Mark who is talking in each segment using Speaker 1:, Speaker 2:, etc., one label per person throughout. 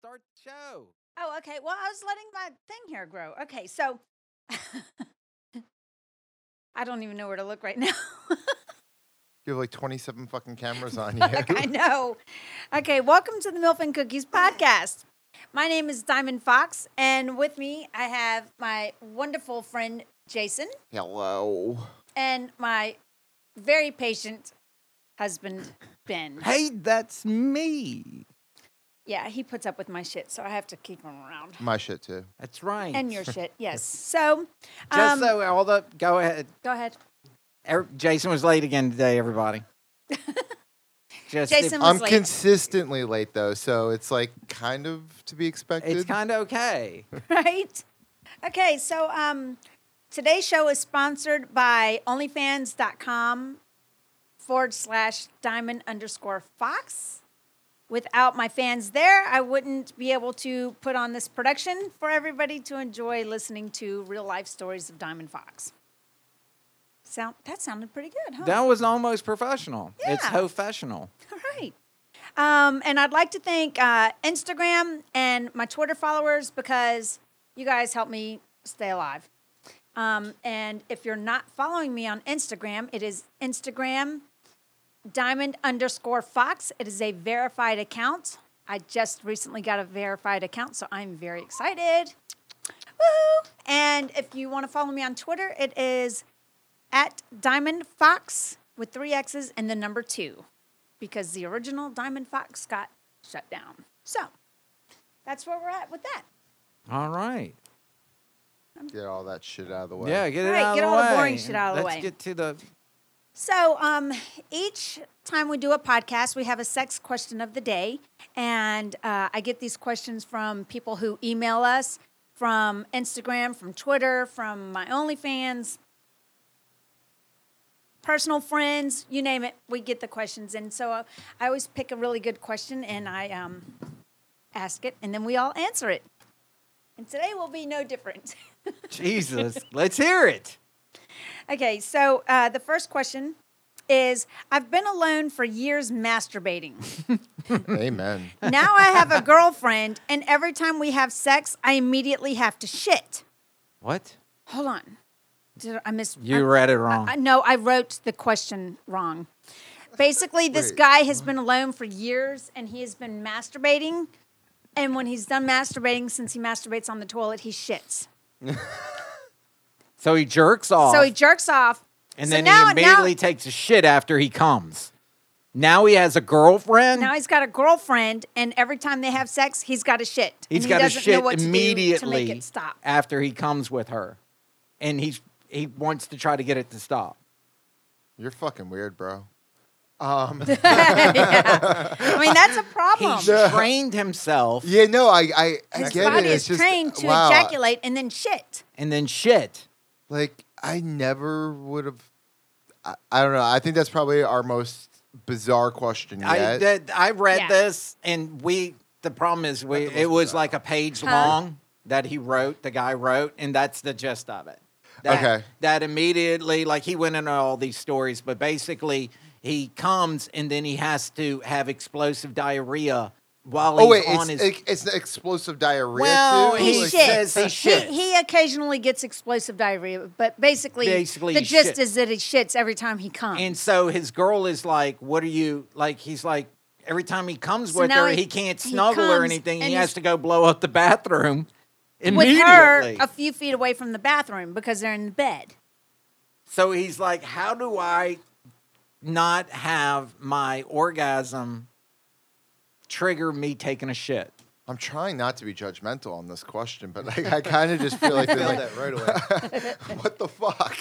Speaker 1: start the show.
Speaker 2: Oh, okay. Well, I was letting my thing here grow. Okay, so I don't even know where to look right now.
Speaker 3: You have like 27 fucking cameras on you.
Speaker 2: like, I know. Okay, welcome to the Milf and Cookies podcast. My name is Diamond Fox, and with me I have my wonderful friend Jason
Speaker 3: Hello.
Speaker 2: and my very patient husband Ben.
Speaker 1: Hey, that's me.
Speaker 2: Yeah, he puts up with my shit, so I have to keep him around.
Speaker 3: My shit too.
Speaker 1: That's right.
Speaker 2: And your shit, yes. So,
Speaker 1: just
Speaker 2: um,
Speaker 1: so all the go ahead.
Speaker 2: go ahead.
Speaker 1: Er, Jason was late again today, everybody. just if-
Speaker 2: Jason- I was
Speaker 3: I'm
Speaker 2: late.
Speaker 3: consistently late though, so it's like kind of to be expected.
Speaker 1: it's kind of okay.
Speaker 2: right? Okay, so um, today's show is sponsored by OnlyFans.com forward slash diamond underscore fox. Without my fans there, I wouldn't be able to put on this production for everybody to enjoy listening to real life stories of Diamond Fox. Sound that sounded pretty good, huh?
Speaker 1: That was almost professional. It's
Speaker 2: Yeah.
Speaker 1: professional.
Speaker 2: All right. Um, and I'd like to thank uh, Instagram and my Twitter followers because you guys help me stay alive. Um, and if you're not following me on Instagram, it is Instagram diamond underscore fox. It is a verified account. I just recently got a verified account, so I'm very excited. Woo! And if you want to follow me on Twitter, it is at diamond fox with three X's and the number two because the original Diamond Fox got shut down. So that's where we're at with that.
Speaker 1: All right.
Speaker 3: Get all that shit out of the way.
Speaker 1: Yeah, get it
Speaker 2: Right,
Speaker 1: out
Speaker 2: get
Speaker 1: of the
Speaker 2: all
Speaker 1: way.
Speaker 2: the boring shit out of the
Speaker 1: Let's
Speaker 2: way.
Speaker 1: get to the.
Speaker 2: So um, each time we do a podcast, we have a sex question of the day. And uh, I get these questions from people who email us from Instagram, from Twitter, from my OnlyFans, personal friends, you name it. We get the questions. And so uh, I always pick a really good question and I um, ask it, and then we all answer it. And today will be no different.
Speaker 1: Jesus, let's hear it.
Speaker 2: Okay, so uh, the first question is I've been alone for years masturbating.
Speaker 3: Amen.
Speaker 2: now I have a girlfriend, and every time we have sex, I immediately have to shit.
Speaker 1: What?
Speaker 2: Hold on. Did I miss?
Speaker 1: You
Speaker 2: I-
Speaker 1: read it wrong.
Speaker 2: I, no, I wrote the question wrong. Basically, this
Speaker 3: Wait,
Speaker 2: guy has been alone for years and he has been masturbating. And when he's done masturbating, since he masturbates on the toilet, he shits.
Speaker 1: so he jerks off.
Speaker 2: So he jerks off.
Speaker 1: And
Speaker 2: So
Speaker 1: then
Speaker 2: now-
Speaker 1: he
Speaker 2: now-
Speaker 1: immediately takes a shit after he comes. Now he has a girlfriend.
Speaker 2: Now he's got a girlfriend, and every time they have sex, he's got a shit. and
Speaker 1: he's
Speaker 2: he
Speaker 1: got to
Speaker 2: doesn't know
Speaker 1: shit
Speaker 2: what to do
Speaker 1: immediately
Speaker 2: to make it stop.
Speaker 1: after he comes with her, and he's he wants to try to get it to stop.
Speaker 3: You're fucking weird, bro. Um,
Speaker 2: Yeah. I mean, that's a problem.
Speaker 1: He's trained himself
Speaker 3: yeah, no, I, I, I
Speaker 2: His
Speaker 3: get
Speaker 2: body
Speaker 3: it.
Speaker 2: is
Speaker 3: It's just,
Speaker 2: trained to
Speaker 3: wow,
Speaker 2: ejaculate and then shit.
Speaker 1: and then shit.
Speaker 3: Like I never would have. I, I don't know. I think that's probably our most bizarre question yet.
Speaker 1: I that, I read
Speaker 2: Yeah.
Speaker 1: this, and we the problem is we
Speaker 3: Not the most
Speaker 1: it was
Speaker 3: bizarre.
Speaker 1: like a page
Speaker 2: Huh?
Speaker 1: long that he wrote. The guy wrote, and that's the gist of it. That,
Speaker 3: Okay.
Speaker 1: That immediately, like he went into all these stories, but basically he comes and then he has to have explosive diarrhea while
Speaker 3: oh wait,
Speaker 1: he's on
Speaker 3: it's,
Speaker 1: his.
Speaker 3: it- it's the explosive diarrhea
Speaker 1: Well,
Speaker 3: too.
Speaker 1: he
Speaker 2: He
Speaker 1: Like-
Speaker 2: shits.
Speaker 1: says he shits.
Speaker 2: He, occasionally gets explosive diarrhea, but basically,
Speaker 1: Basically
Speaker 2: the
Speaker 1: he
Speaker 2: gist
Speaker 1: shits.
Speaker 2: is that he shits every time he comes.
Speaker 1: and so his girl is like, "What are you like?" He's like, every time he comes
Speaker 2: So
Speaker 1: with
Speaker 2: now
Speaker 1: her,
Speaker 2: he-
Speaker 1: he, can't
Speaker 2: he
Speaker 1: snuggle or
Speaker 2: comes
Speaker 1: anything.
Speaker 2: and
Speaker 1: He
Speaker 2: he's-
Speaker 1: has to go blow up the bathroom
Speaker 2: with
Speaker 1: immediately.
Speaker 2: her a few feet away from the bathroom because they're in the bed.
Speaker 1: So he's like, How do I not have my orgasm trigger me taking a shit?
Speaker 3: I'm trying not to be judgmental on this question, but I, I kind of just feel like, they're like
Speaker 1: right away.
Speaker 3: what the fuck?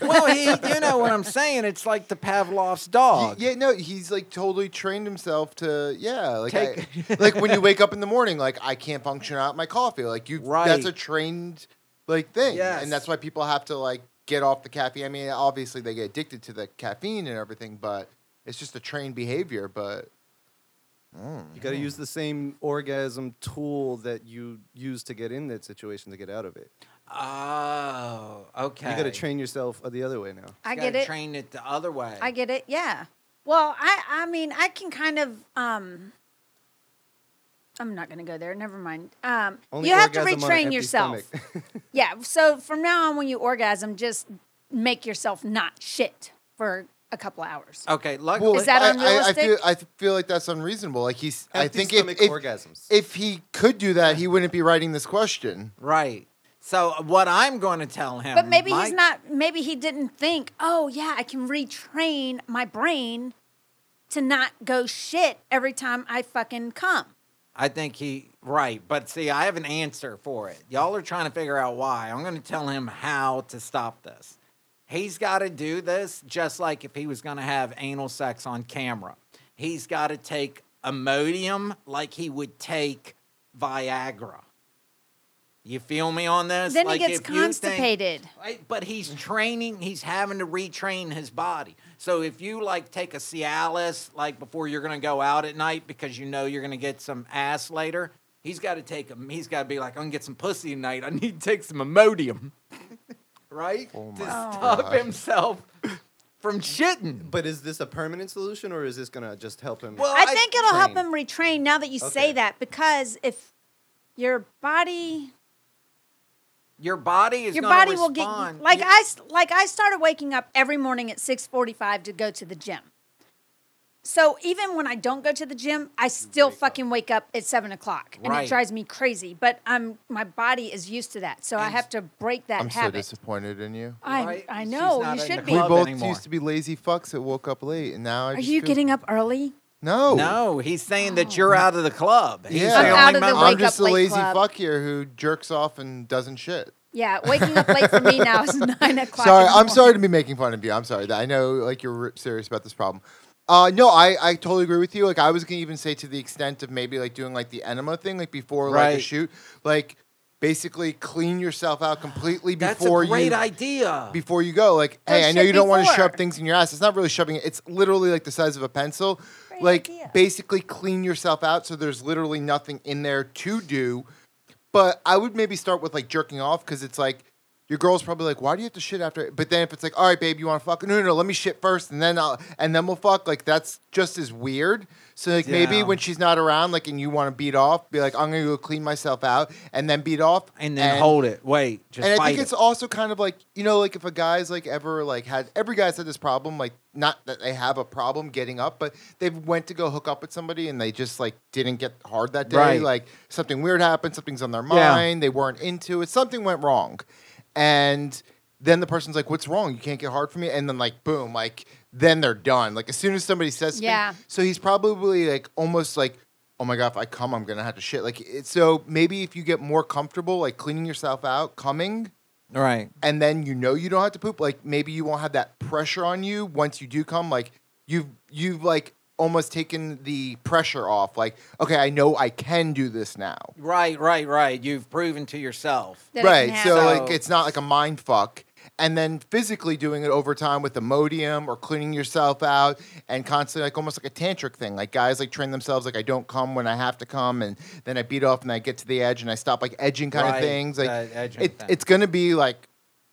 Speaker 1: well, he, you know what I'm saying? It's like the Pavlov's dog.
Speaker 3: yeah, no, he's like totally trained himself to yeah, like
Speaker 1: Take-
Speaker 3: I- like when you wake up in the morning, like I can't function out my coffee. Like you,
Speaker 1: Right.
Speaker 3: that's a trained like thing,
Speaker 1: Yes.
Speaker 3: and that's why people have to like get off the caffeine. I mean, obviously they get addicted to the caffeine and everything, but it's just a trained behavior. But
Speaker 4: You got to use the same orgasm tool that you use to get in that situation to get out of it.
Speaker 1: Oh, okay.
Speaker 4: You got to train yourself uh, the other way now.
Speaker 2: I
Speaker 1: You
Speaker 2: get
Speaker 1: gotta
Speaker 2: it.
Speaker 1: Train it the other way.
Speaker 2: I get it. Yeah. Well, I I mean, I can kind of um I'm not going to go there. Never mind. Um,
Speaker 4: Only
Speaker 2: you have to
Speaker 4: orgasm on an
Speaker 2: retrain
Speaker 4: empty
Speaker 2: yourself.
Speaker 4: stomach.
Speaker 2: yeah. So from now on, when you orgasm, just make yourself not shit for a couple
Speaker 4: Uh,
Speaker 2: hours.
Speaker 1: Okay, luck-
Speaker 3: Well,
Speaker 2: Is that
Speaker 3: I- I, I,
Speaker 2: unrealistic?
Speaker 3: feel, I feel like that's unreasonable. Like he's, I
Speaker 4: Empty
Speaker 3: think if,
Speaker 4: stomach
Speaker 3: if-
Speaker 4: orgasms.
Speaker 3: if he could do that, he wouldn't be writing this question.
Speaker 1: right. So uh, what I'm going to tell him,
Speaker 2: But maybe
Speaker 1: Mike-
Speaker 2: he's not. Maybe he didn't think. Oh yeah, I can retrain my brain to not go shit every time I fucking come.
Speaker 1: I think he right, but see, I have an answer for it. Y'all are trying to figure out why. I'm going to tell him how to stop this. He's got to do this just like if he was going to have anal sex on camera. He's got to take Imodium like he would take Viagra. You feel me on this?
Speaker 2: Then
Speaker 1: Like,
Speaker 2: he gets
Speaker 1: if you think-
Speaker 2: constipated.
Speaker 1: Right, but he's training. He's having to retrain his body. So if you like take a Cialis like before you're gonna go out at night because you know you're gonna get some ass later, he's got to take him. He's got to be like, I'm gonna get some pussy tonight. I need to take some Imodium, right?
Speaker 3: Oh my
Speaker 1: to stop
Speaker 3: God.
Speaker 1: himself from shitting.
Speaker 4: but is this a permanent solution or is this gonna just help him?
Speaker 1: Well,
Speaker 2: I
Speaker 1: Oh, I-
Speaker 2: think it'll help
Speaker 4: train.
Speaker 2: him retrain now that you say
Speaker 4: Okay.
Speaker 2: that because if your body
Speaker 1: Your body is
Speaker 2: your
Speaker 1: gonna
Speaker 2: body will
Speaker 1: respond.
Speaker 2: get like
Speaker 1: You-
Speaker 2: I s- like I started waking up every morning at 6:45 to go to the gym. So even when I don't go to the gym, I still fucking wake up at seven o'clock, and
Speaker 1: Right.
Speaker 2: it drives me crazy. But I'm my body is used to that, so I have to break that
Speaker 3: I'm so
Speaker 2: habit.
Speaker 3: disappointed in you.
Speaker 2: I
Speaker 1: Right?
Speaker 2: I
Speaker 1: She's
Speaker 2: know
Speaker 1: not
Speaker 2: you
Speaker 1: in the
Speaker 2: should be.
Speaker 3: We
Speaker 1: Club
Speaker 3: both
Speaker 1: anymore.
Speaker 3: used to be lazy fucks that woke up late, and now I
Speaker 2: Are
Speaker 3: just
Speaker 2: you
Speaker 3: feel-
Speaker 2: getting up early?
Speaker 3: No,
Speaker 1: no, he's saying that you're out of the club. He's
Speaker 3: Oh. Yeah. I'm
Speaker 1: the
Speaker 3: out
Speaker 1: only
Speaker 2: Oh. of the
Speaker 1: member.
Speaker 3: I'm
Speaker 2: wake
Speaker 3: just
Speaker 2: up
Speaker 3: a
Speaker 2: late
Speaker 3: lazy
Speaker 2: club.
Speaker 3: fuck here who jerks off and doesn't shit.
Speaker 2: Yeah, waking up late for me now is nine o'clock.
Speaker 3: Sorry,
Speaker 2: in the
Speaker 3: I'm sorry
Speaker 2: morning.
Speaker 3: to be making fun of you. I'm sorry. I know like you're r- serious about this problem. Uh, no, I, I totally agree with you. Like I was gonna even say to the extent of maybe like doing like the enema thing, like before like a
Speaker 1: Right.
Speaker 3: shoot, like basically clean yourself out completely
Speaker 1: That's
Speaker 3: before
Speaker 1: a great
Speaker 3: you
Speaker 1: idea.
Speaker 3: before you go. Like, hey, I know
Speaker 2: shit
Speaker 3: you don't want to
Speaker 2: before.
Speaker 3: shove things in your ass. It's not really shoving it. It's literally like the size of a pencil.
Speaker 2: Great
Speaker 3: like,
Speaker 2: idea.
Speaker 3: basically clean yourself out so there's literally nothing in there to do. But I would maybe start with like jerking off because it's like your girl's probably like, why do you have to shit after? But then if it's like, all right, babe, you want to fuck? No, no, no, let me shit first and then I'll and then we'll fuck. Like that's just as weird. So like maybe
Speaker 1: Yeah.
Speaker 3: when she's not around, like, and you want to beat off, be like, I'm gonna go clean myself out and then beat off
Speaker 1: and then hold it. Wait, just
Speaker 3: and I
Speaker 1: fight
Speaker 3: think
Speaker 1: it.
Speaker 3: it's also kind of like you know, like if a guy's like ever like had every guy's had this problem, like not that they have a problem getting up, but they went to go hook up with somebody and they just like didn't get hard that day.
Speaker 1: Right.
Speaker 3: Like something weird happened, something's on their
Speaker 1: Yeah.
Speaker 3: mind, they weren't into it, something went wrong, and then the person's like, "What's wrong? You can't get hard for me," and then like boom, like then they're done. Like as soon as somebody says, something-
Speaker 2: Yeah.
Speaker 3: So he's probably like almost like oh my god, if I come, I'm gonna have to shit. Like, it, so maybe if you get more comfortable, like cleaning yourself out, coming,
Speaker 1: right.
Speaker 3: and then you know you don't have to poop. Like, maybe you won't have that pressure on you once you do come. Like, you've you've like almost taken the pressure off. Like, okay, I know I can do this now.
Speaker 1: Right, right, right. You've proven to yourself.
Speaker 2: That it can
Speaker 3: right. So
Speaker 2: happen.
Speaker 3: like, it's not like a mind fuck. And then physically doing it over time with Imodium or cleaning yourself out and constantly like almost like a tantric thing. Like guys like train themselves like I don't come when I have to come and then I beat off and I get to the edge and I stop like edging kind
Speaker 1: Right,
Speaker 3: of things. Like
Speaker 1: that edging
Speaker 3: it,
Speaker 1: thing.
Speaker 3: it's gonna be like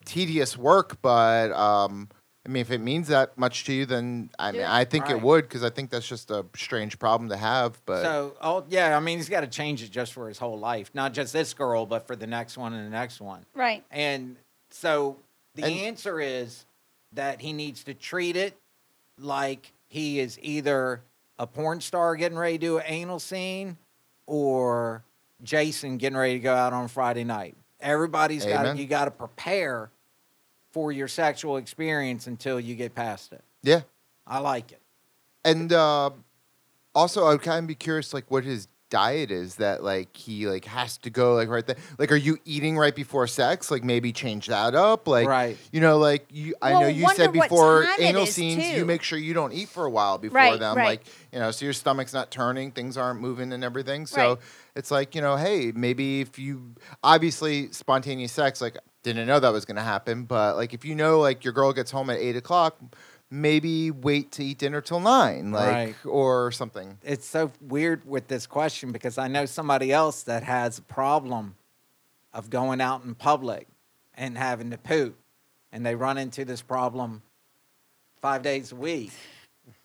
Speaker 3: tedious work, but um I mean if it means that much to you then I
Speaker 2: Do
Speaker 3: mean
Speaker 2: it.
Speaker 3: I think
Speaker 1: Right.
Speaker 3: it would because I think that's just a strange problem to have. But
Speaker 1: So, oh yeah, I mean, he's got to change it just for his whole life, not just this girl, but for the next one and the next one.
Speaker 2: right.
Speaker 1: And so the
Speaker 3: And-
Speaker 1: answer is that he needs to treat it like he is either a porn star getting ready to do an anal scene or Jason getting ready to go out on Friday night. Everybody's got
Speaker 3: Amen.
Speaker 1: you got to prepare for your sexual experience until you get past it.
Speaker 3: yeah.
Speaker 1: I like it.
Speaker 3: And uh, also, I would kind of be curious, like, what his diet is that, like, he like has to go, like, right there. Like, are you eating right before sex? Like, maybe change that up. Like,
Speaker 1: Right.
Speaker 3: You know, like you. I know
Speaker 2: Well,
Speaker 3: you said
Speaker 2: wonder what
Speaker 3: before
Speaker 2: time it
Speaker 3: anal
Speaker 2: is,
Speaker 3: scenes, you
Speaker 2: too.
Speaker 3: make sure you don't eat for a while before
Speaker 2: Right,
Speaker 3: them.
Speaker 2: right.
Speaker 3: Like, you know, so your stomach's not turning, things aren't moving, and everything. So
Speaker 2: Right.
Speaker 3: it's like, you know, hey, maybe if you obviously spontaneous sex, like didn't know that was going to happen, but like if you know, like your girl gets home at eight o'clock, maybe wait to eat dinner till nine, like
Speaker 1: Right.
Speaker 3: or something.
Speaker 1: it's so weird with this question because I know somebody else that has a problem of going out in public and having to poop, and they run into this problem five days a week,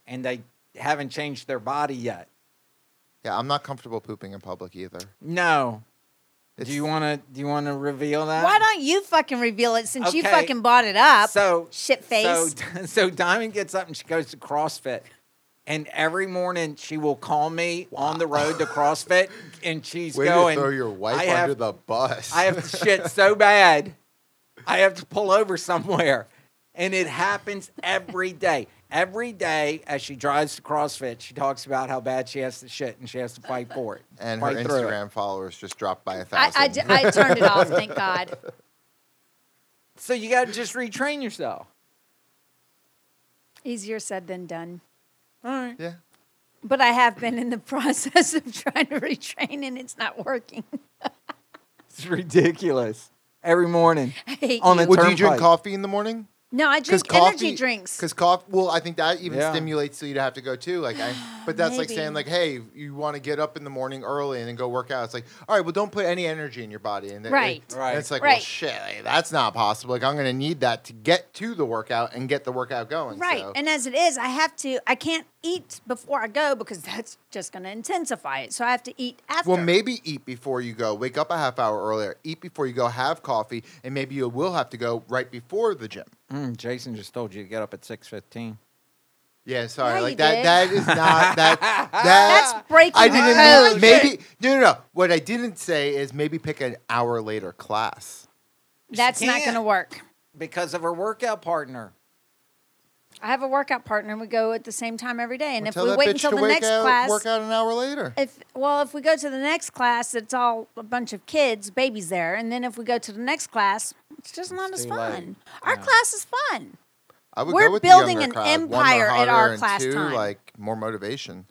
Speaker 1: and they haven't changed their body yet.
Speaker 3: Yeah, I'm not comfortable pooping in public either.
Speaker 1: No.
Speaker 3: It's-
Speaker 1: do you want to? Do you want to reveal that?
Speaker 3: Um,
Speaker 2: Why don't you fucking reveal it since you
Speaker 1: okay.
Speaker 2: fucking bought it up?
Speaker 1: So
Speaker 2: shit face.
Speaker 1: So, so Diamond gets up and she goes to CrossFit. And every morning she will call me on the road to CrossFit and she's
Speaker 3: Way
Speaker 1: going
Speaker 3: to throw your wife
Speaker 1: I
Speaker 3: under
Speaker 1: have,
Speaker 3: the bus.
Speaker 1: I have to shit so bad. I have to pull over somewhere. And it happens every day. Every day as she drives to CrossFit, she talks about how bad she has to shit and she has to fight for it.
Speaker 3: and her
Speaker 1: fight through it.
Speaker 3: Instagram followers just dropped by a
Speaker 2: I,
Speaker 3: thousand.
Speaker 2: I, d- I turned it off, thank God.
Speaker 1: So you got to just retrain yourself.
Speaker 2: Easier said than done.
Speaker 1: All right.
Speaker 3: yeah.
Speaker 2: But I have been in the process of trying to retrain and it's not working.
Speaker 1: It's ridiculous. Every morning.
Speaker 2: I hate
Speaker 1: On
Speaker 2: you.
Speaker 1: a
Speaker 3: Well, do you drink
Speaker 1: turnpike.
Speaker 3: coffee in the morning?
Speaker 2: No, I drink energy drinks.
Speaker 3: Because coffee, well, I think that even
Speaker 1: Yeah.
Speaker 3: stimulates so you to have to go too. Like, I, but that's like
Speaker 2: Maybe.
Speaker 3: saying like, hey, you want to get up in the morning early and then go work out. It's like, all right, well, don't put any energy in your body. And it-
Speaker 2: Right.
Speaker 3: it-
Speaker 1: Right.
Speaker 3: and it's like, well,
Speaker 2: Right.
Speaker 3: shit, like, that's not possible. Like, I'm going to need that to get to the workout and get the workout going.
Speaker 2: Right.
Speaker 3: So.
Speaker 2: And as it is, I have to, I can't eat before I go because that's just going to intensify it. So I have to eat after.
Speaker 3: well, maybe eat before you go. Wake up a half hour earlier. Eat before you go. Have coffee, and maybe you will have to go right before the gym.
Speaker 1: Mm, Jason just told you to get up at 6.15.
Speaker 3: Yeah, sorry.
Speaker 2: Yeah, you
Speaker 3: like that.
Speaker 2: did.
Speaker 3: That is not that. that
Speaker 2: That's breaking
Speaker 3: I
Speaker 2: the
Speaker 3: didn't.
Speaker 2: code.
Speaker 3: Maybe no, no, no. What I didn't say is maybe pick an hour later class.
Speaker 2: That's not going to
Speaker 1: can't.
Speaker 2: work.
Speaker 1: Because of her workout partner.
Speaker 2: I have a workout partner and we go at the same time every day. And
Speaker 3: Well,
Speaker 2: if we wait until the
Speaker 3: wake
Speaker 2: next
Speaker 3: out,
Speaker 2: class,
Speaker 3: work out an hour later.
Speaker 2: if well, if we go to the next class, it's all a bunch of kids, babies there. And then if we go to the next class, it's just not
Speaker 1: It's
Speaker 2: as
Speaker 1: too late.
Speaker 2: fun. Our
Speaker 1: Yeah.
Speaker 2: class is fun.
Speaker 3: I would
Speaker 2: we're
Speaker 3: go with the
Speaker 2: building
Speaker 3: younger
Speaker 2: an
Speaker 3: crowd. One,
Speaker 2: empire
Speaker 3: they're
Speaker 2: at
Speaker 3: hotter,
Speaker 2: our
Speaker 3: and
Speaker 2: class
Speaker 3: two,
Speaker 2: time.
Speaker 3: Like more motivation.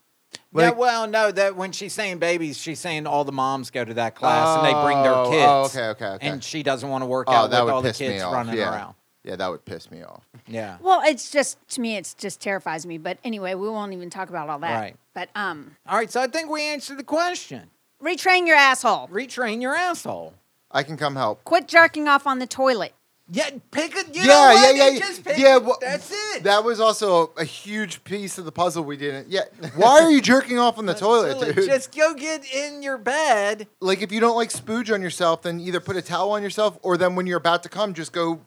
Speaker 1: Yeah,
Speaker 3: Like-
Speaker 1: well, no, that when she's saying babies, she's saying all the moms go to that class and they bring their
Speaker 3: Oh,
Speaker 1: kids.
Speaker 3: oh, okay, okay, okay.
Speaker 1: And she doesn't want to work
Speaker 3: oh,
Speaker 1: out
Speaker 3: that
Speaker 1: with
Speaker 3: would
Speaker 1: all the
Speaker 3: piss me
Speaker 1: kids
Speaker 3: off.
Speaker 1: running
Speaker 3: yeah.
Speaker 1: around.
Speaker 3: yeah, that would piss me off.
Speaker 1: Yeah.
Speaker 2: Well, it's just to me, it's just terrifies me. But anyway, we won't even talk about all that.
Speaker 1: Right.
Speaker 2: But um,
Speaker 1: All right, so I think we answered the question.
Speaker 2: retrain your asshole.
Speaker 1: Retrain your asshole.
Speaker 3: I can come help.
Speaker 2: Quit jerking off on the toilet.
Speaker 1: Yeah, pick a. You
Speaker 3: Yeah,
Speaker 1: know what?
Speaker 3: yeah, yeah,
Speaker 1: You Just pick
Speaker 3: yeah,
Speaker 1: it.
Speaker 3: well,
Speaker 1: that's it.
Speaker 3: That was also a huge piece of the puzzle we didn't. Yeah, why are you jerking off on the toilet, dude?
Speaker 1: Just go get in your bed.
Speaker 3: like if you don't like spooge on yourself, then either put a towel on yourself, or then when you're about to come, just go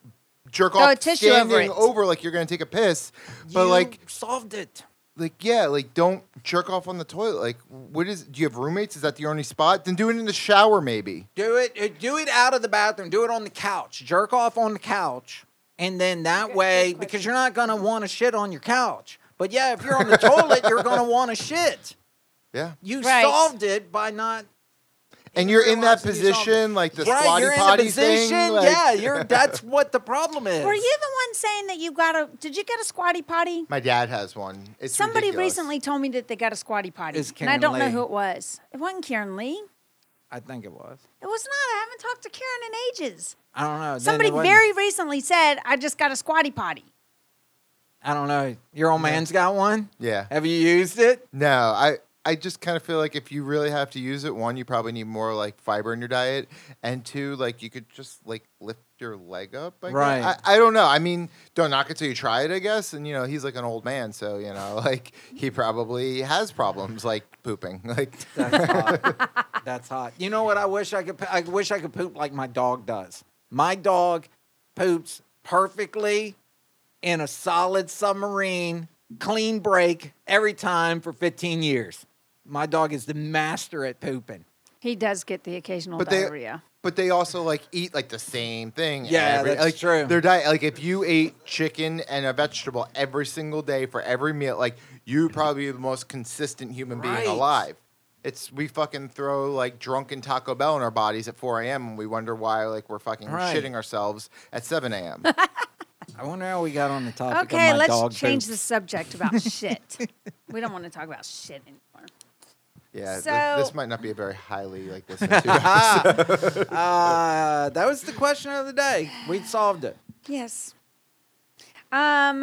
Speaker 3: jerk
Speaker 2: Throw a
Speaker 3: off
Speaker 2: tissue over
Speaker 3: standing
Speaker 2: it.
Speaker 3: like you're gonna take a piss. But
Speaker 1: You
Speaker 3: like,
Speaker 1: solved it.
Speaker 3: like yeah, like don't jerk off on the toilet. Like, what is? Do you have roommates? Is that the only spot? Then do it in the shower, maybe.
Speaker 1: Do it. uh, Do it out of the bathroom. Do it on the couch. Jerk off on the couch, and then that way, because you're not gonna want to shit on your couch. But yeah, if you're on the toilet, you're gonna want to shit.
Speaker 3: Yeah,
Speaker 1: You
Speaker 2: Right.
Speaker 1: solved it by not.
Speaker 3: and you're in that
Speaker 1: realize you solved it.
Speaker 3: position, like the
Speaker 1: right,
Speaker 3: squatty
Speaker 1: you're in a
Speaker 3: potty
Speaker 1: position.
Speaker 3: thing. like-
Speaker 1: yeah, you're. That's what the problem is.
Speaker 2: Were you the one saying that you got a? Did you get a squatty potty?
Speaker 3: my dad has one. It's
Speaker 2: Somebody
Speaker 3: ridiculous.
Speaker 2: recently told me that they got a squatty potty,
Speaker 1: It's
Speaker 2: and I
Speaker 1: Karen
Speaker 2: don't know
Speaker 1: Lee.
Speaker 2: who it was. It wasn't Karen Lee.
Speaker 1: I think it was.
Speaker 2: It was not. I haven't talked to Karen in ages.
Speaker 1: I don't know. Then
Speaker 2: Somebody
Speaker 1: it wasn't-
Speaker 2: very recently said, "I just got a squatty potty."
Speaker 1: I don't know. Your old man's got one.
Speaker 3: Yeah.
Speaker 1: Have you used it?
Speaker 3: No, I I just kind of feel like if you really have to use it, one, you probably need more like fiber in your diet, and two, like you could just like lift your leg up. I guess.
Speaker 1: Right.
Speaker 3: I, I don't know. I mean, don't knock it till you try it, I guess. And you know, he's like an old man, so you know, like he probably has problems like pooping. Like
Speaker 1: That's hot. That's hot. You know what? I wish I could. I wish I could poop like my dog does. My dog poops perfectly in a solid submarine, clean break every time for 15 years. My dog is the master at pooping.
Speaker 2: He does get the occasional
Speaker 3: But they-
Speaker 2: diarrhea.
Speaker 3: But they also like eat like the same thing.
Speaker 1: Yeah,
Speaker 3: every,
Speaker 1: that's
Speaker 3: like,
Speaker 1: true.
Speaker 3: Their diet, like if you ate chicken and a vegetable every single day for every meal, like you probably be the most consistent human
Speaker 1: Right.
Speaker 3: being alive. It's we fucking throw like drunken Taco Bell in our bodies at 4 a.m. and we wonder why like we're fucking
Speaker 1: Right.
Speaker 3: shitting ourselves at 7 a.m.
Speaker 1: I wonder how we got on the topic
Speaker 2: Okay,
Speaker 1: of my dog
Speaker 2: let's change
Speaker 1: poop.
Speaker 2: the subject about shit. We don't want to talk about shit anymore.
Speaker 3: yeah, th-
Speaker 2: So-
Speaker 3: this might not be a very highly like listened to.
Speaker 1: Uh, that was the question of the day. We solved it.
Speaker 2: Yes. Um.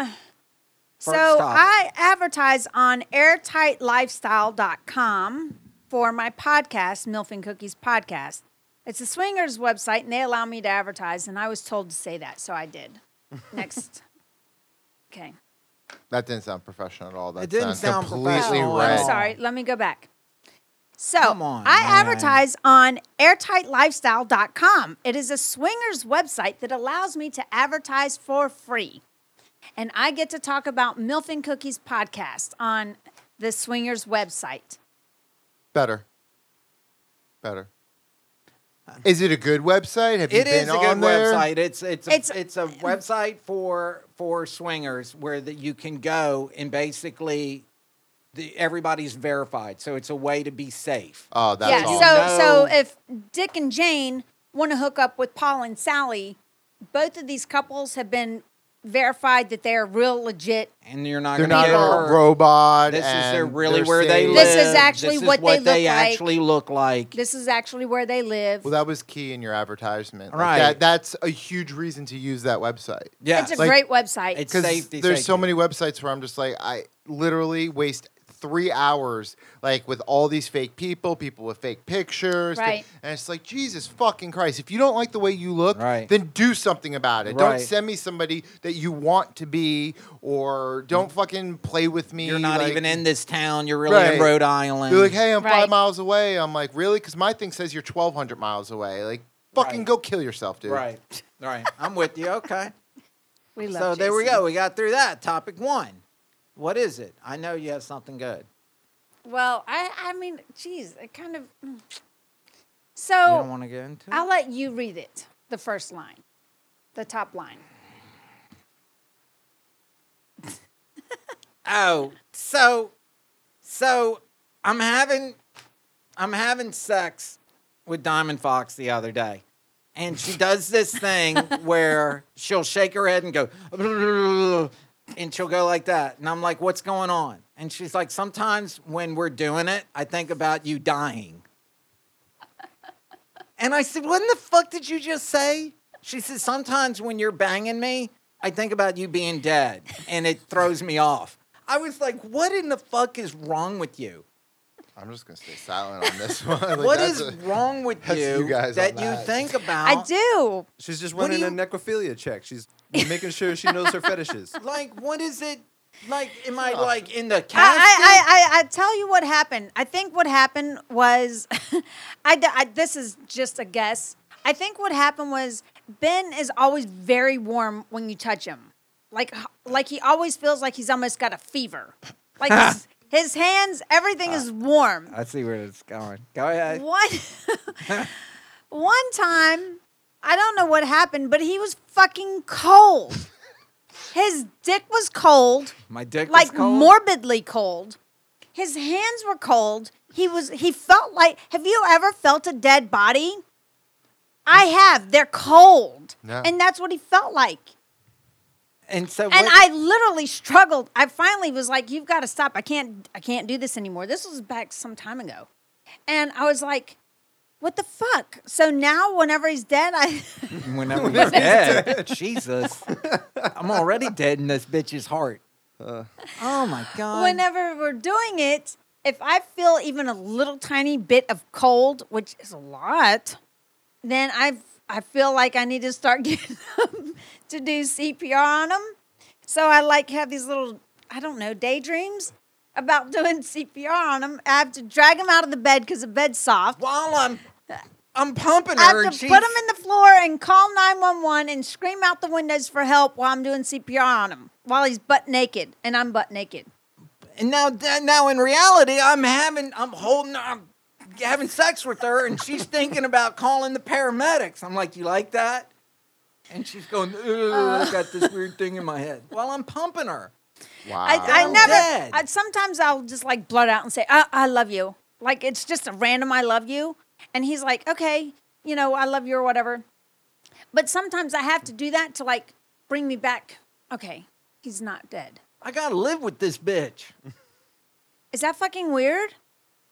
Speaker 2: so
Speaker 1: First topic.
Speaker 2: I advertise on airtightlifestyle.com for my podcast, Milf and Cookies Podcast. It's a swingers website, and they allow me to advertise, and I was told to say that, so I did. Next. okay.
Speaker 3: that didn't sound professional at all. That
Speaker 1: It didn't
Speaker 3: sounds
Speaker 1: sound
Speaker 3: completely
Speaker 1: professional
Speaker 2: Oh,
Speaker 1: at
Speaker 3: red.
Speaker 1: all.
Speaker 2: I'm sorry. Let me go back. So
Speaker 1: Come on,
Speaker 2: I
Speaker 1: man.
Speaker 2: advertise on airtightlifestyle.com. It is a swingers website that allows me to advertise for free. And I get to talk about Milf and Cookies podcast on the swingers website.
Speaker 3: Better. Better. Is it a good website? Have you
Speaker 1: Uh, It
Speaker 3: been
Speaker 1: is a
Speaker 3: on
Speaker 1: good
Speaker 3: there?
Speaker 1: website. It's it's a,
Speaker 2: It's-
Speaker 1: it's a website for for swingers where that you can go and basically the, everybody's verified, so it's a way to be safe.
Speaker 3: Oh, that's
Speaker 2: yeah.
Speaker 3: all.
Speaker 1: awesome.
Speaker 2: So
Speaker 1: No.
Speaker 2: so if Dick and Jane want to hook up with Paul and Sally, both of these couples have been verified that they're real legit.
Speaker 1: And you're not
Speaker 3: They're
Speaker 1: going
Speaker 3: not
Speaker 1: to
Speaker 2: Yeah.
Speaker 1: get
Speaker 3: a
Speaker 1: hurt.
Speaker 3: robot.
Speaker 1: This is
Speaker 3: and
Speaker 1: their really
Speaker 3: they're
Speaker 1: where they
Speaker 3: safe.
Speaker 1: live.
Speaker 2: This is actually
Speaker 1: This is
Speaker 2: what they look
Speaker 1: they
Speaker 2: like.
Speaker 1: actually look like.
Speaker 2: This is actually where they live.
Speaker 3: Well, that was key in your advertisement. Like,
Speaker 1: Right.
Speaker 3: that- that's a huge reason to use that website.
Speaker 1: yeah,
Speaker 2: It's a
Speaker 3: Like-
Speaker 2: great website.
Speaker 1: It's-
Speaker 3: Because
Speaker 1: Safety,
Speaker 3: there's so
Speaker 1: safety.
Speaker 3: many websites where I'm just like, I literally waste three hours like with all these fake people, people with fake pictures.
Speaker 2: Right.
Speaker 3: And it's like, Jesus fucking Christ. If you don't like the way you look,
Speaker 1: Right.
Speaker 3: then do something about it. Don't
Speaker 1: Right.
Speaker 3: send me somebody that you want to be or don't fucking play with me.
Speaker 1: Mm. you're not
Speaker 3: like-
Speaker 1: even in this town. You're really
Speaker 3: Right.
Speaker 1: in Rhode Island.
Speaker 3: You're like, hey, I'm
Speaker 2: Right.
Speaker 3: five miles away. I'm like, really? Because my thing says you're 1,200 miles away. Like, fucking
Speaker 1: Right.
Speaker 3: go kill yourself, dude.
Speaker 1: right, right. I'm with you. Okay.
Speaker 2: we love
Speaker 1: So there we
Speaker 2: Jason.
Speaker 1: go. We got through that topic one. What is it? I know you have something good.
Speaker 2: Well, I I mean, geez, it kind of. mm.
Speaker 1: You don't
Speaker 2: So
Speaker 1: want to get into it?
Speaker 2: I'll let you read it. The first line, the top line.
Speaker 1: Oh, so so I'm having I'm having sex with Diamond Fox the other day. And she does this thing where she'll shake her head and go and she'll go like that. And I'm like, "What's going on?" And she's like, "Sometimes when we're doing it, I think about you dying." And I said, "What in the fuck did you just say?" She says, "Sometimes when you're banging me, I think about you being dead, and it throws me off." I was like, "What in the fuck is wrong with you?
Speaker 3: I'm just going to stay silent on this one. Like,
Speaker 1: what
Speaker 3: that's
Speaker 1: is
Speaker 3: a-
Speaker 1: wrong with
Speaker 3: that's
Speaker 1: you,
Speaker 3: you guys
Speaker 1: that
Speaker 3: on
Speaker 1: you
Speaker 3: that.
Speaker 1: think about?"
Speaker 2: I do.
Speaker 4: She's just
Speaker 1: What do
Speaker 4: running a necrophilia check. She's making sure she knows her fetishes.
Speaker 1: Like, what is it? Like, am I like in the
Speaker 2: I, I,
Speaker 1: casket?
Speaker 2: I, I, I tell you what happened. I think what happened was, I, d- I- this is just a guess. I think what happened was Ben is always very warm when you touch him, like h- like he always feels like he's almost got a fever, like his, his hands, everything
Speaker 1: Uh.
Speaker 2: is warm.
Speaker 1: see where it's going. Go ahead.
Speaker 2: One, one time, I don't know what happened, but he was fucking cold. His dick was cold,
Speaker 1: My dick
Speaker 2: like
Speaker 1: was cold.
Speaker 2: morbidly cold. His hands were cold. He was. He felt like. Have you ever felt a dead body? I have. They're cold,
Speaker 3: No.
Speaker 2: and that's what he felt like.
Speaker 1: and so
Speaker 2: And
Speaker 1: what-
Speaker 2: I literally struggled. I finally was like, "You've got to stop. I can't. I can't do this anymore." This was back some time ago, and I was like, "What the fuck?" So now, whenever he's dead, I
Speaker 1: whenever he's dead. Jesus. I'm already dead in this bitch's heart. oh my God.
Speaker 2: whenever we're doing it, if I feel even a little tiny bit of cold, which is a lot, then I I feel like I need to start getting them to do CPR on them. So I like have these little I don't know daydreams about doing CPR on them. I have to drag them out of the bed because the bed's soft.
Speaker 1: While I'm, I'm pumping
Speaker 2: I
Speaker 1: her.
Speaker 2: have
Speaker 1: and
Speaker 2: to
Speaker 1: she's-
Speaker 2: put them in the floor and call 911 and scream out the windows for help while I'm doing CPR on him while he's butt naked and I'm butt naked.
Speaker 1: And now, th- now in reality, I'm having, I'm holding, I'm having sex with her, and she's thinking about calling the paramedics. I'm like, you like that? And she's going, Ugh, I got this weird thing in my head. While I'm pumping her.
Speaker 3: Wow.
Speaker 2: I, I
Speaker 1: I'm
Speaker 2: never.
Speaker 1: dead.
Speaker 2: I, sometimes I'll just like blurt out and say, I, "I love you." Like it's just a random "I love you," and he's like, "Okay, you know, I love you" or whatever. But sometimes I have to do that to like bring me back. Okay, he's not dead.
Speaker 1: I gotta live with this bitch.
Speaker 2: Is that fucking weird?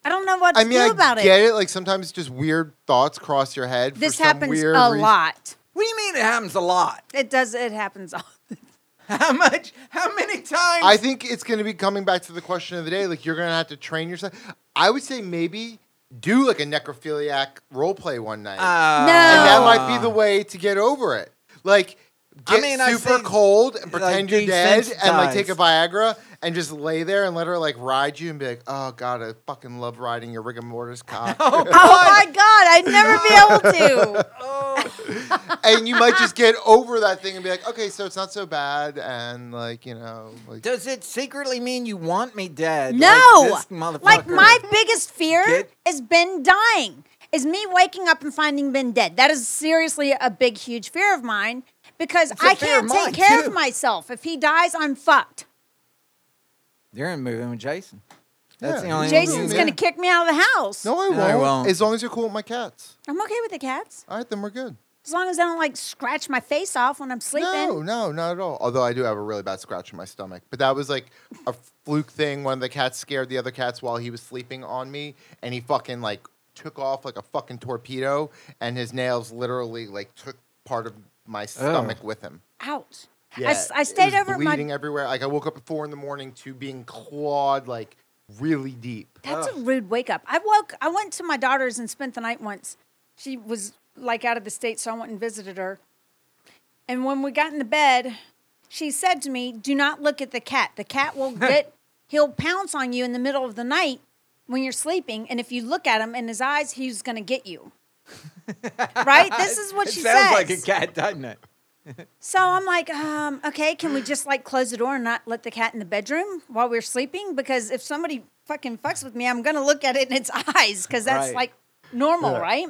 Speaker 2: I don't know what to
Speaker 3: I mean,
Speaker 2: do
Speaker 3: I
Speaker 2: about
Speaker 3: get
Speaker 2: it.
Speaker 3: it. Like sometimes just weird thoughts cross your head.
Speaker 2: This
Speaker 3: for some
Speaker 2: happens
Speaker 3: weird
Speaker 2: a
Speaker 3: reason.
Speaker 2: lot.
Speaker 1: What do you mean it happens a lot?
Speaker 2: It does. It happens. All.
Speaker 1: How much? How many times?
Speaker 3: I think it's going to be coming back to the question of the day. Like you're going to have to train yourself. I would say maybe do like a necrophiliac role play one night,
Speaker 1: Uh,
Speaker 2: No.
Speaker 3: and that might be the way to get over it. Like
Speaker 1: I
Speaker 3: Get
Speaker 1: mean, I've
Speaker 3: super
Speaker 1: seen,
Speaker 3: cold and pretend you're dead and like take a
Speaker 1: desensitized.
Speaker 3: Viagra and just lay there and let her like ride you and be like, oh god, I fucking love riding your rigor mortis cock.
Speaker 2: Oh my God, I'd never be able to.
Speaker 3: and you might just get over that thing and be like, okay, so it's not so bad, and like you know, like,
Speaker 1: Does it secretly mean you want me dead?
Speaker 2: No,
Speaker 1: Like, this motherfucker?
Speaker 2: like my biggest fear
Speaker 1: Get-
Speaker 2: is Ben dying. Is me waking up and finding Ben dead. That is seriously a big, huge fear of mine because
Speaker 1: a
Speaker 2: I
Speaker 1: fear
Speaker 2: can't
Speaker 1: of
Speaker 2: take
Speaker 1: mine,
Speaker 2: care
Speaker 1: too.
Speaker 2: of myself. If he dies, I'm fucked.
Speaker 1: You're in a movie with Jason. That's the
Speaker 3: Yeah.
Speaker 1: only
Speaker 2: Jason's
Speaker 1: yeah.
Speaker 2: gonna kick me out of the house.
Speaker 3: no, I won't.
Speaker 1: No, I won't.
Speaker 3: As long as you're cool with my cats,
Speaker 2: I'm okay with the cats
Speaker 3: all right, then we're good.
Speaker 2: as long as they don't like scratch my face off when I'm sleeping.
Speaker 3: No, no, not at all. Although I do have a really bad scratch in my stomach, but that was like a fluke thing. One of the cats scared the other cats while he was sleeping on me, and he fucking like took off like a fucking torpedo, and his nails literally like took part of my stomach with him.
Speaker 2: Out.
Speaker 3: Yeah,
Speaker 2: I, s- I
Speaker 3: it
Speaker 2: stayed
Speaker 3: was
Speaker 2: over at my.
Speaker 3: bleeding everywhere. Like I woke up at four in the morning to being clawed like really deep.
Speaker 2: That's a rude wake up. I woke. I went to my daughter's and spent the night once. She was like out of the state, so I went and visited her. And when we got into bed, she said to me, "Do not look at the cat. The cat will get. he'll pounce on you in the middle of the night when you're sleeping, and if you look at him in his eyes, he's going to get you." right. This is what
Speaker 1: it
Speaker 2: she
Speaker 1: sounds
Speaker 2: says.
Speaker 1: like a cat, doesn't it?
Speaker 2: So I'm like, um, okay, can we just like close the door and not let the cat in the bedroom while we're sleeping? Because if somebody fucking fucks with me, I'm gonna look at it in its eyes because that's
Speaker 1: Right.
Speaker 2: like normal,
Speaker 3: Yeah.
Speaker 2: right?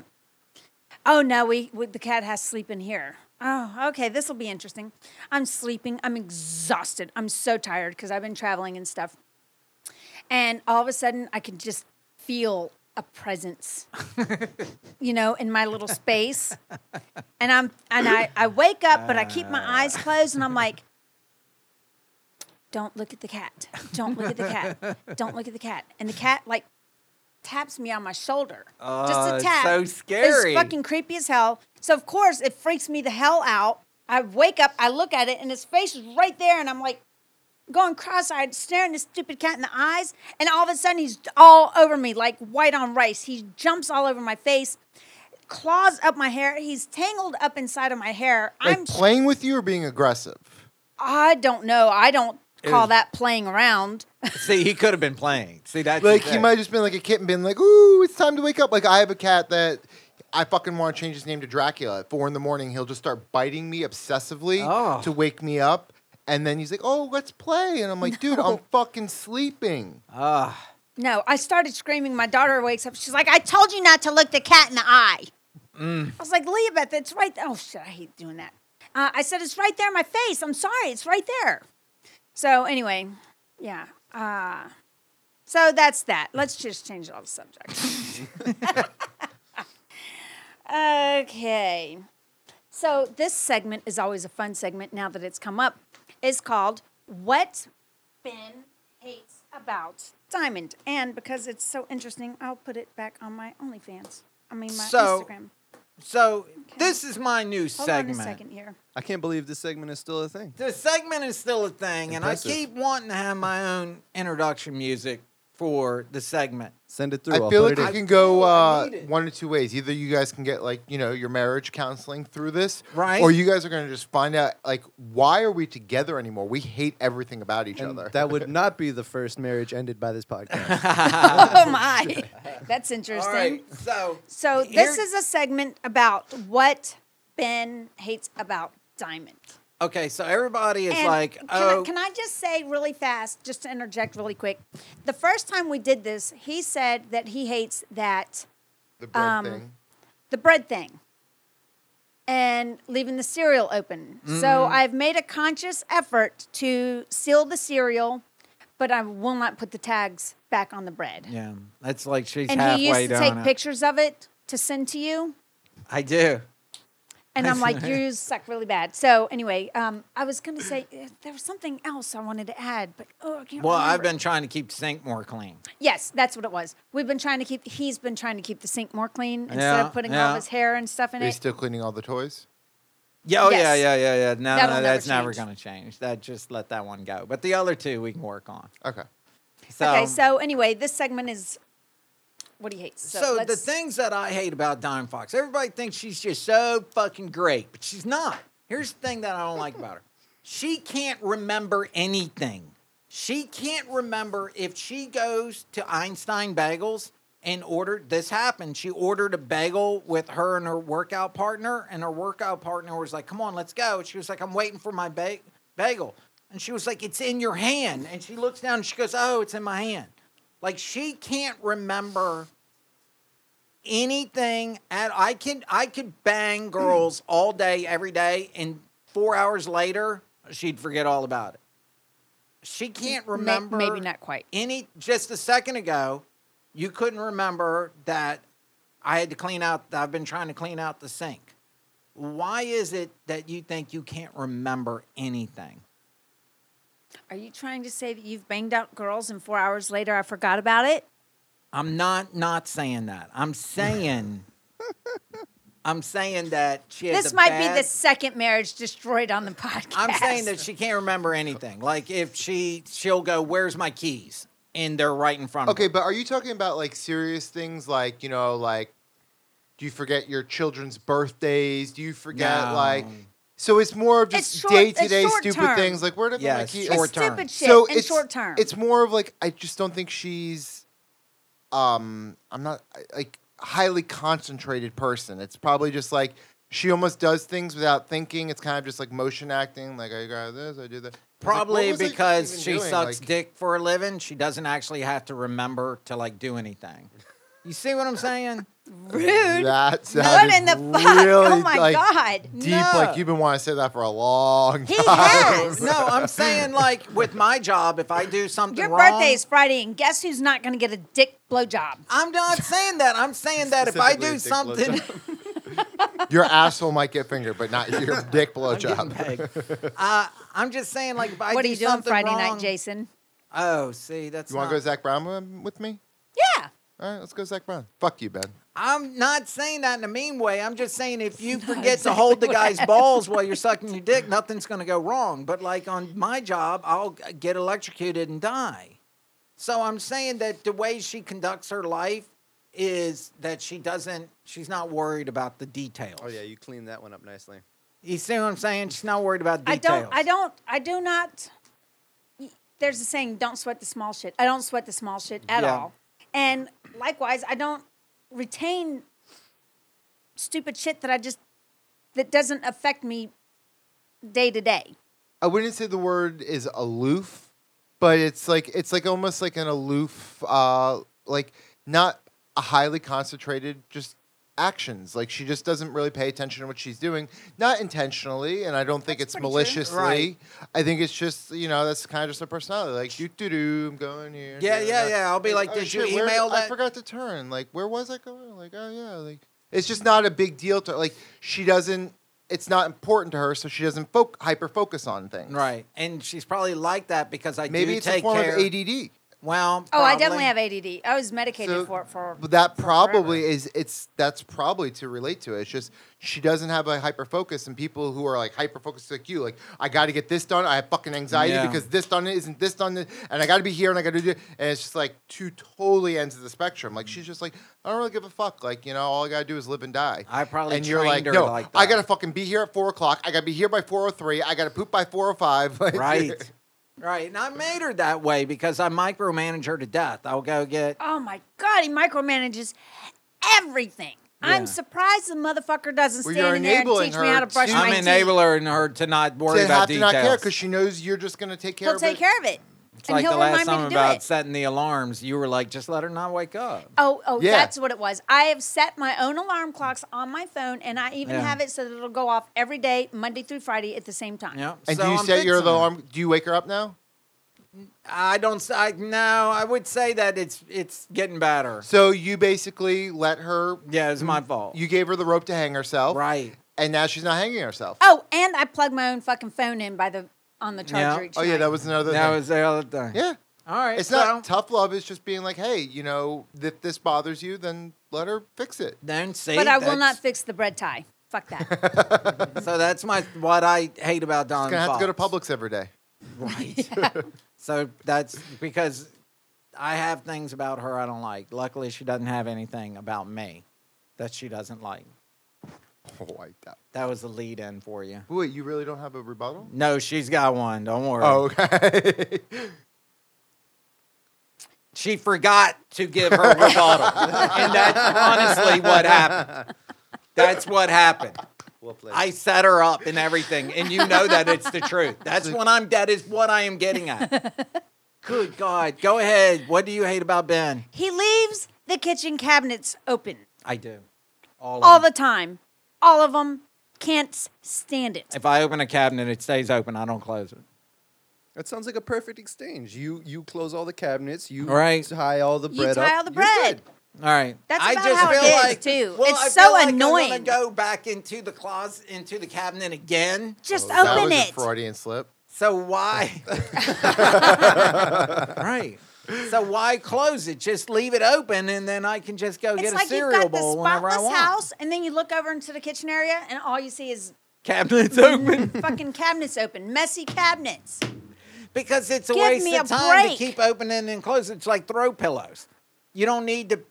Speaker 2: Oh no, we, we the cat has to sleep in here. Oh, okay, this will be interesting. I'm sleeping. I'm exhausted. I'm so tired because I've been traveling and stuff. And all of a sudden, I could just feel a presence, you know, in my little space. And I'm and I, I wake up, but I keep my eyes closed, and I'm like, "Don't look at the cat. Don't look at the cat. Don't look at the cat." And the cat like taps me on my shoulder,
Speaker 1: Oh,
Speaker 2: just a
Speaker 1: it's
Speaker 2: tap.
Speaker 1: so scary.
Speaker 2: It's fucking creepy as hell. So of course, it freaks me the hell out. I wake up, I look at it, and his face is right there, and I'm like going cross-eyed, staring this stupid cat in the eyes, and all of a sudden he's all over me like white on rice. He jumps all over my face, claws up my hair. He's tangled up inside of my hair.
Speaker 3: Like
Speaker 2: I'm
Speaker 3: playing with you or being aggressive.
Speaker 2: I don't know. I don't call
Speaker 1: Ew.
Speaker 2: that playing around.
Speaker 1: See, he could have been playing. See, that's the
Speaker 3: Like he
Speaker 1: thing.
Speaker 3: might have just been like a kitten, been like, "Ooh, it's time to wake up." Like I have a cat that I fucking want to change his name to Dracula. At four in the morning, he'll just start biting me obsessively
Speaker 1: Oh.
Speaker 3: to wake me up, and then he's like, "Oh, let's play," and I'm like, "Dude, I'm fucking sleeping."
Speaker 1: Ah,
Speaker 2: No, I started screaming. My daughter wakes up. She's like, "I told you not to look the cat in the eye." I was like, "Leah, it's right." There. Oh shit, I hate doing that. Uh, I said, "It's right there in my face." I'm sorry, it's right there. So anyway, yeah. Uh, so that's that. Let's just change all the subject. okay. So this segment is always a fun segment. Now that it's come up, is called "What Ben hates about Diamond. And because it's so interesting, I'll put it back on my OnlyFans. I mean, my
Speaker 1: So,
Speaker 2: Instagram.
Speaker 1: so this is my new
Speaker 2: Hold
Speaker 1: segment.
Speaker 2: on a second here.
Speaker 4: I can't believe this segment is still a thing.
Speaker 1: The segment is still a thing, and I
Speaker 4: Impressive.
Speaker 1: keep wanting to have my own introduction music for the segment.
Speaker 4: Send it through.
Speaker 3: I
Speaker 4: I'll
Speaker 3: feel
Speaker 4: put
Speaker 3: like it
Speaker 4: it
Speaker 3: can
Speaker 4: in.
Speaker 3: go
Speaker 1: Oh, I
Speaker 3: uh,
Speaker 1: need it.
Speaker 3: one of two ways. Either you guys can get like you know your marriage counseling through this,
Speaker 1: Right.
Speaker 3: Or you guys are going to just find out like why are we together anymore? We hate everything about each
Speaker 4: And
Speaker 3: other.
Speaker 4: that would not be the first marriage ended by this podcast.
Speaker 2: Oh my, that's interesting.
Speaker 1: All right, so
Speaker 2: So
Speaker 1: Here-
Speaker 2: this is a segment about what Ben hates about Diamond.
Speaker 1: okay, so everybody is
Speaker 2: And
Speaker 1: like,
Speaker 2: can,
Speaker 1: oh,
Speaker 2: I, can I just say really fast, just to interject really quick? The first time we did this, he said that he hates that
Speaker 3: the bread
Speaker 2: um,
Speaker 3: thing.
Speaker 2: the bread thing and leaving the cereal open. So
Speaker 1: Mm-hmm.
Speaker 2: I've made a conscious effort to seal the cereal, but I will not put the tags back on the bread.
Speaker 1: yeah, that's like she's
Speaker 2: and
Speaker 1: halfway
Speaker 2: he used to
Speaker 1: down.
Speaker 2: take
Speaker 1: it.
Speaker 2: pictures of it to send to you.
Speaker 1: I do.
Speaker 2: And I'm like, you suck really bad. So anyway, um, I was going to say uh, there was something else I wanted to add, but oh, I can't
Speaker 1: Well, I've
Speaker 2: remember.
Speaker 1: been trying to keep sync more clean.
Speaker 2: Yes, that's what it was. We've been trying to keep. He's been trying to keep the sink more clean instead
Speaker 1: Yeah,
Speaker 2: of putting all
Speaker 1: yeah.
Speaker 2: his hair and stuff in
Speaker 3: Are you
Speaker 2: it.
Speaker 3: still cleaning all the toys?
Speaker 1: Yeah, oh yeah,
Speaker 2: Yes.
Speaker 1: yeah, yeah, yeah. No,
Speaker 2: That'll
Speaker 1: no,
Speaker 2: never
Speaker 1: that's never
Speaker 2: change.
Speaker 1: gonna change. That just let that one go. But the other two we can work on.
Speaker 3: Okay.
Speaker 1: So,
Speaker 2: okay, so anyway, this segment is what he hates. So,
Speaker 1: so the
Speaker 2: let's-
Speaker 1: things that I hate about Dime Fox, everybody thinks she's just so fucking great, but she's not. Here's the thing that I don't like about her. She can't remember anything. She can't remember if she goes to Einstein Bagels and ordered this happened. She ordered a bagel with her and her workout partner, and her workout partner was like, Come on, let's go. She was like, I'm waiting for my ba- bagel. And she was like, It's in your hand. And she looks down and she goes, Oh, it's in my hand. Like she can't remember anything at I can I could bang girls
Speaker 2: Hmm.
Speaker 1: all day every day and 4 hours later she'd forget all about it. She can't
Speaker 2: May-
Speaker 1: remember
Speaker 2: maybe not quite.
Speaker 1: any just a second ago you couldn't remember that I had to clean out I've been trying to clean out the sink. Why is it that you think you can't remember anything?
Speaker 2: Are you trying to say that you've banged out girls and four hours later I forgot about it?
Speaker 1: I'm not not saying that. I'm saying I'm saying that she has
Speaker 2: this
Speaker 1: a
Speaker 2: might be
Speaker 1: bad-
Speaker 2: the second marriage destroyed on the podcast.
Speaker 1: I'm saying that she can't remember anything. Like if she she'll go, "Where's my keys?" and they're right in front
Speaker 3: Okay,
Speaker 1: of her.
Speaker 3: but are you talking about like serious things like, you know, like do you forget your children's birthdays? Do you forget
Speaker 1: No.
Speaker 3: like so it's more of
Speaker 2: It's
Speaker 3: just
Speaker 2: short-
Speaker 3: day
Speaker 2: it's
Speaker 3: to day
Speaker 2: short
Speaker 3: stupid
Speaker 2: term.
Speaker 3: things like where did
Speaker 1: Yeah,
Speaker 3: my
Speaker 1: it's
Speaker 3: key
Speaker 1: short
Speaker 2: it's
Speaker 1: term.
Speaker 2: stupid shit in short term.
Speaker 3: It's more of like I just don't think she's um I'm not I- like highly concentrated person. It's probably just like she almost does things without thinking. It's kind of just like motion acting, like I got this, I do that. It's like, what
Speaker 1: Probably
Speaker 3: was I
Speaker 1: because
Speaker 3: even
Speaker 1: she
Speaker 3: doing?
Speaker 1: sucks
Speaker 3: Like,
Speaker 1: dick for a living, she doesn't actually have to remember to like do anything. You see what I'm saying?
Speaker 2: rude.
Speaker 3: That
Speaker 2: What
Speaker 3: sounded
Speaker 2: in the fuck?
Speaker 3: really,
Speaker 2: oh my
Speaker 3: like,
Speaker 2: god.
Speaker 3: Deep,
Speaker 1: No.
Speaker 3: like you've been wanting to say that for a long
Speaker 2: He
Speaker 3: time.
Speaker 2: has.
Speaker 1: no, I'm saying like with my job, if I do something
Speaker 2: Your
Speaker 1: wrong,
Speaker 2: birthday is Friday, and guess who's not going to get a dick blowjob?
Speaker 1: I'm not saying that. I'm saying that if I do
Speaker 4: Specifically,
Speaker 1: something,
Speaker 4: dick
Speaker 3: Your asshole might get fingered, but not your dick
Speaker 1: I'm,
Speaker 3: blowjob.
Speaker 1: getting pegged. uh, I'm just saying like if I
Speaker 2: what
Speaker 1: do
Speaker 2: are you doing
Speaker 1: something
Speaker 2: Friday
Speaker 1: wrong-
Speaker 2: night, Jason?
Speaker 1: Oh, see, that's
Speaker 3: You want
Speaker 1: not-
Speaker 3: to go Zach Brown with- with me?
Speaker 2: Yeah.
Speaker 3: All right, let's go Zach Brown. Fuck you, Ben.
Speaker 1: I'm not saying that in a mean way. I'm just saying if you forget to hold the guy's balls while you're sucking your dick, nothing's going to go wrong. But like on my job, I'll g- get electrocuted and die. So I'm saying that the way she conducts her life is that she doesn't, she's not worried about the details.
Speaker 4: Oh yeah, you cleaned that one up nicely.
Speaker 1: You see what I'm saying? She's not worried about
Speaker 2: I
Speaker 1: details.
Speaker 2: don't. I don't. I do not. There's a saying: "Don't sweat the small shit." I don't sweat the small shit at
Speaker 1: Yeah.
Speaker 2: all. And likewise, I don't retain stupid shit that I just that doesn't affect me day to day.
Speaker 3: I wouldn't say the word is aloof, but it's like it's like almost like an aloof, uh, like not a highly concentrated just actions. Like she just doesn't really pay attention to what she's doing, not intentionally, and I don't think
Speaker 2: That's
Speaker 3: it's
Speaker 2: pretty true.
Speaker 3: maliciously.
Speaker 1: Right.
Speaker 3: I think it's just you know that's kind of just her personality. Like do do do, I'm going here.
Speaker 1: Yeah,
Speaker 3: da, da,
Speaker 1: yeah,
Speaker 3: da.
Speaker 1: yeah. I'll be like,
Speaker 3: oh,
Speaker 1: did you
Speaker 3: shit, where-
Speaker 1: email
Speaker 3: I
Speaker 1: that?
Speaker 3: forgot to turn. Like, where was I going? Like, oh yeah, like it's just not a big deal to like. She doesn't. It's not important to her, so she doesn't fo- hyper focus on things.
Speaker 1: Right. And she's probably like that because I
Speaker 3: Maybe
Speaker 1: do
Speaker 3: it's
Speaker 1: take
Speaker 3: a form
Speaker 1: care.
Speaker 3: of ADD.
Speaker 1: Well,
Speaker 2: Oh, I
Speaker 1: probably.
Speaker 2: definitely have ADD. I was medicated
Speaker 3: So,
Speaker 2: for it for.
Speaker 3: But that
Speaker 2: for
Speaker 3: probably
Speaker 2: forever.
Speaker 3: is. It's that's probably to relate to it. It's just she doesn't have a hyper focus, and people who are like hyper focused like you, like I got to get this done. I have fucking anxiety
Speaker 1: Yeah.
Speaker 3: because this done isn't this done, and I got to be here and I got to do. And it's just like two totally ends of the spectrum. Like she's just like I don't really give a fuck. Like you know, all I gotta do is live and die.
Speaker 1: I probably
Speaker 3: and you're
Speaker 1: trained
Speaker 3: like,
Speaker 1: her
Speaker 3: no,
Speaker 1: like
Speaker 3: I
Speaker 1: that."
Speaker 3: gotta fucking be here at four o'clock. I gotta be here by four o three. I gotta poop by four o five.
Speaker 1: Right. Right. And I made her that way because I micromanage her to death. I'll go get
Speaker 2: Oh my god, he micromanages everything.
Speaker 1: Yeah.
Speaker 2: I'm surprised the motherfucker doesn't
Speaker 3: Well,
Speaker 2: stand
Speaker 3: you're
Speaker 2: in there and
Speaker 3: enabling
Speaker 2: teach me how
Speaker 3: her
Speaker 2: to brush
Speaker 3: to-
Speaker 2: my
Speaker 1: I'm
Speaker 2: teeth.
Speaker 1: enabling her to not worry
Speaker 3: to
Speaker 1: about
Speaker 3: have to
Speaker 1: details.
Speaker 3: not care because she knows you're just gonna take care
Speaker 2: He'll
Speaker 3: of
Speaker 2: take
Speaker 3: it.
Speaker 2: care of it,
Speaker 1: it's
Speaker 2: and
Speaker 1: like the
Speaker 2: he'll
Speaker 1: last
Speaker 2: remind me
Speaker 1: time
Speaker 2: to do
Speaker 1: about
Speaker 2: it.
Speaker 1: setting the alarms. You were like, just let her not wake up.
Speaker 2: Oh, oh,
Speaker 3: Yeah.
Speaker 2: that's what it was. I have set my own alarm clocks on my phone, and I even
Speaker 1: Yeah.
Speaker 2: have it so that it'll go off every day, Monday through Friday, at the same time.
Speaker 1: Yeah.
Speaker 3: And
Speaker 1: so
Speaker 3: do you
Speaker 1: I'm
Speaker 3: set your
Speaker 1: fixing her.
Speaker 3: alarm? Do you wake her up now?
Speaker 1: I don't. s- I no. I would say that it's it's getting better.
Speaker 3: So you basically let her.
Speaker 1: Yeah, it's my fault.
Speaker 3: You gave her the rope to hang herself,
Speaker 1: right.
Speaker 3: And now she's not hanging herself.
Speaker 2: Oh, and I plug my own fucking phone in by the on the charger.
Speaker 1: Yeah.
Speaker 2: Each
Speaker 3: Oh yeah,
Speaker 2: night.
Speaker 3: that was another.
Speaker 1: That
Speaker 3: thing.
Speaker 1: was the other thing.
Speaker 3: yeah.
Speaker 1: All right.
Speaker 3: It's
Speaker 1: so
Speaker 3: not tough love. It's just being like, hey, you know, if this bothers you, then let her fix it.
Speaker 1: Then see.
Speaker 2: But I will not
Speaker 1: that's-
Speaker 2: fix the bread tie. Fuck that.
Speaker 1: So that's my what I hate about Don.
Speaker 3: She's gonna have to go to
Speaker 1: Fox.
Speaker 3: Publix every day.
Speaker 1: Right. so that's because I have things about her I don't like. Luckily, she doesn't have anything about me that she doesn't like.
Speaker 3: wiped out.
Speaker 1: That was the lead in for you.
Speaker 3: Wait, you really don't have a rebuttal?
Speaker 1: No, she's got one. Don't worry.
Speaker 3: Oh, okay.
Speaker 1: She forgot to give her rebuttal. and that's honestly what happened. That's what happened.
Speaker 4: Well played.
Speaker 1: I set her up and everything, and you know that it's the truth. That's what I'm. That is what I am getting at. Good God, go ahead. What do you hate about Ben?
Speaker 2: He leaves the kitchen cabinets open
Speaker 1: I do. All, of
Speaker 2: all
Speaker 1: them.
Speaker 2: the time. All of them. Can't stand it.
Speaker 1: If I open a cabinet, it stays open. I don't close it.
Speaker 4: that sounds like a perfect exchange. You you close all the cabinets. You
Speaker 1: Right.
Speaker 4: tie all the
Speaker 2: You
Speaker 4: bread up.
Speaker 2: tie all the
Speaker 4: you're
Speaker 2: bread.
Speaker 4: good.
Speaker 1: All right.
Speaker 2: That's
Speaker 1: I
Speaker 2: about
Speaker 1: just
Speaker 2: how it
Speaker 1: feel
Speaker 2: is,
Speaker 1: like
Speaker 2: too.
Speaker 1: Well,
Speaker 2: It's
Speaker 1: I
Speaker 2: so
Speaker 1: feel like I
Speaker 2: annoying.
Speaker 1: want to go back into the closet, into the cabinet again.
Speaker 2: Just
Speaker 3: that
Speaker 2: open
Speaker 3: was
Speaker 2: it.
Speaker 3: A Freudian slip.
Speaker 1: So why? right. So why close it? Just leave it open, and then I can just go
Speaker 2: It's
Speaker 1: get
Speaker 2: like
Speaker 1: a
Speaker 2: you've
Speaker 1: cereal
Speaker 2: got this
Speaker 1: bowl whenever I
Speaker 2: spotless
Speaker 1: want.
Speaker 2: house, and then you look over into the kitchen area, and all you see is
Speaker 1: Cabinet's open
Speaker 2: fucking cabinets open, messy cabinets.
Speaker 1: because it's a
Speaker 2: Give
Speaker 1: waste
Speaker 2: me
Speaker 1: of
Speaker 2: a
Speaker 1: time
Speaker 2: break.
Speaker 1: to keep opening and closing. It's like throw pillows. You don't need to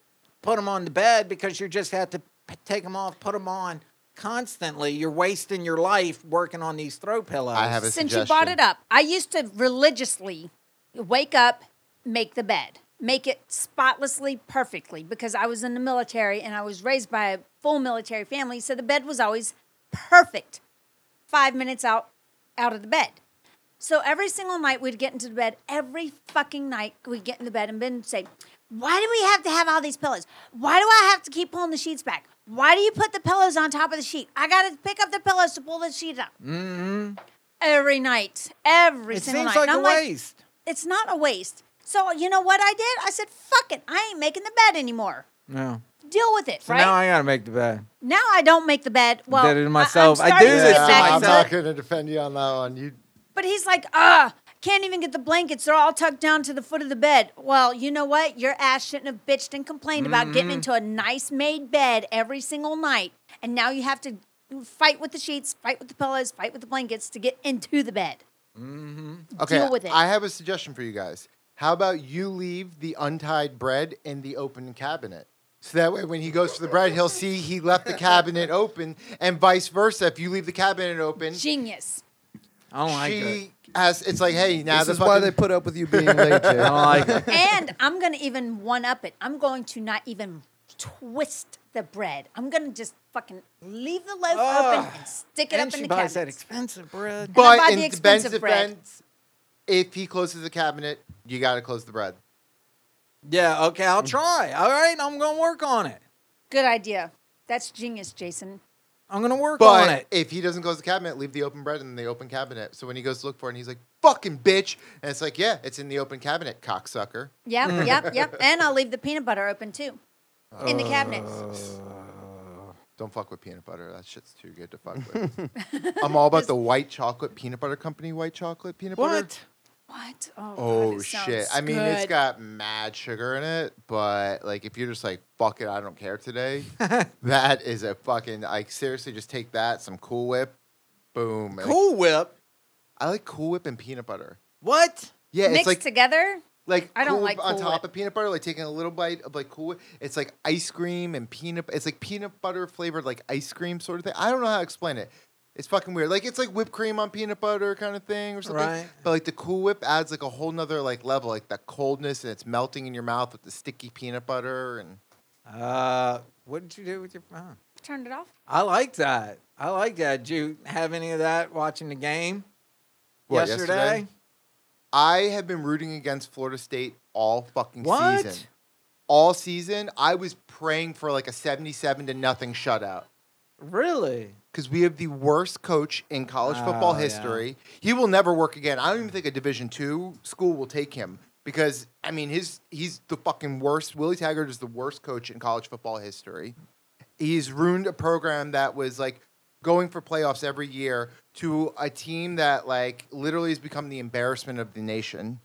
Speaker 1: put them on the bed because you just have to p- take them off, put them on constantly. You're wasting your life working on these throw pillows.
Speaker 3: I have a
Speaker 2: Since you
Speaker 3: suggestion.
Speaker 2: brought it up, I used to religiously wake up, make the bed, make it spotlessly perfectly because I was in the military and I was raised by a full military family, so the bed was always perfect. 5 minutes out out of the bed. So every single night we'd get into the bed. Every fucking night we'd get in the bed and Ben would say, Why do we have to have all these pillows? Why do I have to keep pulling the sheets back? Why do you put the pillows on top of the sheet? I gotta pick up the pillows to pull the sheet up. Mm-hmm. Every night. Every
Speaker 1: It
Speaker 2: single
Speaker 1: seems
Speaker 2: night.
Speaker 1: like
Speaker 2: And
Speaker 1: a
Speaker 2: I'm
Speaker 1: waste.
Speaker 2: it's not a waste. So you know what I did? I said, fuck it. I ain't making the bed anymore.
Speaker 1: no.
Speaker 2: Deal with it,
Speaker 1: So
Speaker 2: right?
Speaker 1: now I gotta make the bed.
Speaker 2: now I don't make the bed. Well,
Speaker 1: did it myself. I
Speaker 2: I, am starting
Speaker 1: do
Speaker 2: to
Speaker 1: this
Speaker 2: get
Speaker 1: to
Speaker 2: back
Speaker 3: I'm
Speaker 2: into
Speaker 1: myself.
Speaker 3: not
Speaker 2: it.
Speaker 3: going to defend you on that one. You
Speaker 2: But he's like, ah, can't even get the blankets. They're all tucked down to the foot of the bed. Well, you know what? Your ass shouldn't have bitched and complained about getting
Speaker 1: Mm-hmm.
Speaker 2: into a nice made bed every single night. And now you have to fight with the sheets, fight with the pillows, fight with the blankets to get into the bed.
Speaker 1: Mm-hmm.
Speaker 3: okay?
Speaker 2: Deal with it.
Speaker 3: I have a suggestion for you guys. How about you leave the untied bread in the open cabinet? So that way, when he goes for the bread, he'll see he left the cabinet open, and vice versa. If you leave the cabinet open,
Speaker 2: Genius.
Speaker 1: I don't like it.
Speaker 3: she has. It's like, hey, now
Speaker 4: this
Speaker 3: the
Speaker 4: is why
Speaker 3: fucking-
Speaker 4: they put up with you being late, Jay.
Speaker 1: I don't like it.
Speaker 2: and I'm gonna even one up it. I'm going to not even twist the bread. I'm gonna just fucking leave the loaf open and stick it
Speaker 1: and
Speaker 2: up in
Speaker 1: she
Speaker 2: the
Speaker 1: buys
Speaker 2: cabinet.
Speaker 1: that expensive bread.
Speaker 2: And I buy
Speaker 3: But in
Speaker 2: the
Speaker 3: Ben's
Speaker 2: expensive bread.
Speaker 3: defense, if he closes the cabinet, you got to close the bread.
Speaker 1: Yeah, okay,
Speaker 3: Mm.
Speaker 1: I'll try. All right, I'm gonna work on it.
Speaker 2: Good idea. That's genius, Jason.
Speaker 1: I'm gonna work on
Speaker 3: But
Speaker 1: it.
Speaker 3: if he doesn't close the cabinet, leave the open bread in the open cabinet. So when he goes to look for it, and he's like, "Fucking bitch," and it's like, "Yeah, it's in the open cabinet, cocksucker."
Speaker 2: Yep,
Speaker 3: Mm.
Speaker 2: yep, yep. And I'll leave the peanut butter open too. In the cabinet.
Speaker 3: Uh, Don't fuck with peanut butter. That shit's too good to fuck with. I'm all about the white chocolate peanut butter company. White chocolate peanut butter.
Speaker 1: What?
Speaker 2: What? Oh, God,
Speaker 3: Oh
Speaker 2: it sounds
Speaker 3: shit! I mean, it's
Speaker 2: good.
Speaker 3: got mad sugar in it, but like, if you're just like, "Fuck it, I don't care today," that is a fucking like. Seriously, just take that, some Cool Whip, boom. And, like,
Speaker 1: Cool Whip.
Speaker 3: I like Cool Whip and peanut butter.
Speaker 1: What?
Speaker 3: Yeah,
Speaker 2: mixed
Speaker 3: it's like
Speaker 2: together.
Speaker 3: like
Speaker 2: I don't
Speaker 3: Cool
Speaker 2: like
Speaker 3: Whip on
Speaker 2: Cool
Speaker 3: top
Speaker 2: Whip.
Speaker 3: of peanut butter, like taking a little bite of like Cool Whip. It's like ice cream and peanut. It's like peanut butter flavored like ice cream sort of thing. I don't know how to explain it. It's fucking weird. Like it's like whipped cream on peanut butter kind of thing or something.
Speaker 1: Right.
Speaker 3: But like the Cool Whip adds like a whole nother like level, like that coldness and it's melting in your mouth with the sticky peanut butter and
Speaker 1: Uh, what did you do with your uh, phone?
Speaker 2: Turned it off.
Speaker 1: I like that. I like that. Did you have any of that watching the game
Speaker 3: What,
Speaker 1: yesterday?
Speaker 3: yesterday? I have been rooting against Florida State all fucking
Speaker 1: What?
Speaker 3: season. All season, I was praying for like a seventy-seven to nothing shutout.
Speaker 1: Really?
Speaker 3: because we have the worst coach in college
Speaker 1: Oh,
Speaker 3: football
Speaker 1: yeah.
Speaker 3: history. He will never work again. I don't even think a Division two school will take him because I mean his he's the fucking worst. Willie Taggart is the worst coach in college football history. He's ruined a program that was like going for playoffs every year to a team that like literally has become the embarrassment of the nation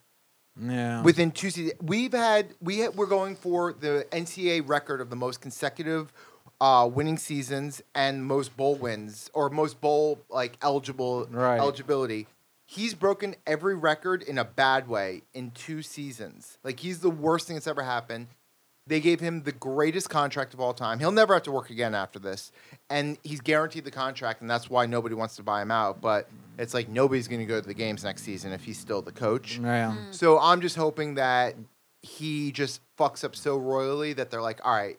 Speaker 1: Yeah.
Speaker 3: within two seasons. We've had we ha- we're going for the NCAA record of the most consecutive uh, winning seasons and most bowl wins or most bowl like eligible
Speaker 1: Right.
Speaker 3: eligibility. He's broken every record in a bad way in two seasons. Like he's the worst thing that's ever happened. They gave him the greatest contract of all time. He'll never have to work again after this. And he's guaranteed the contract, and that's why nobody wants to buy him out. But it's like nobody's going to go to the games next season if he's still the coach.
Speaker 1: Yeah.
Speaker 3: Mm. So I'm just hoping that he just fucks up so royally that they're like, all right,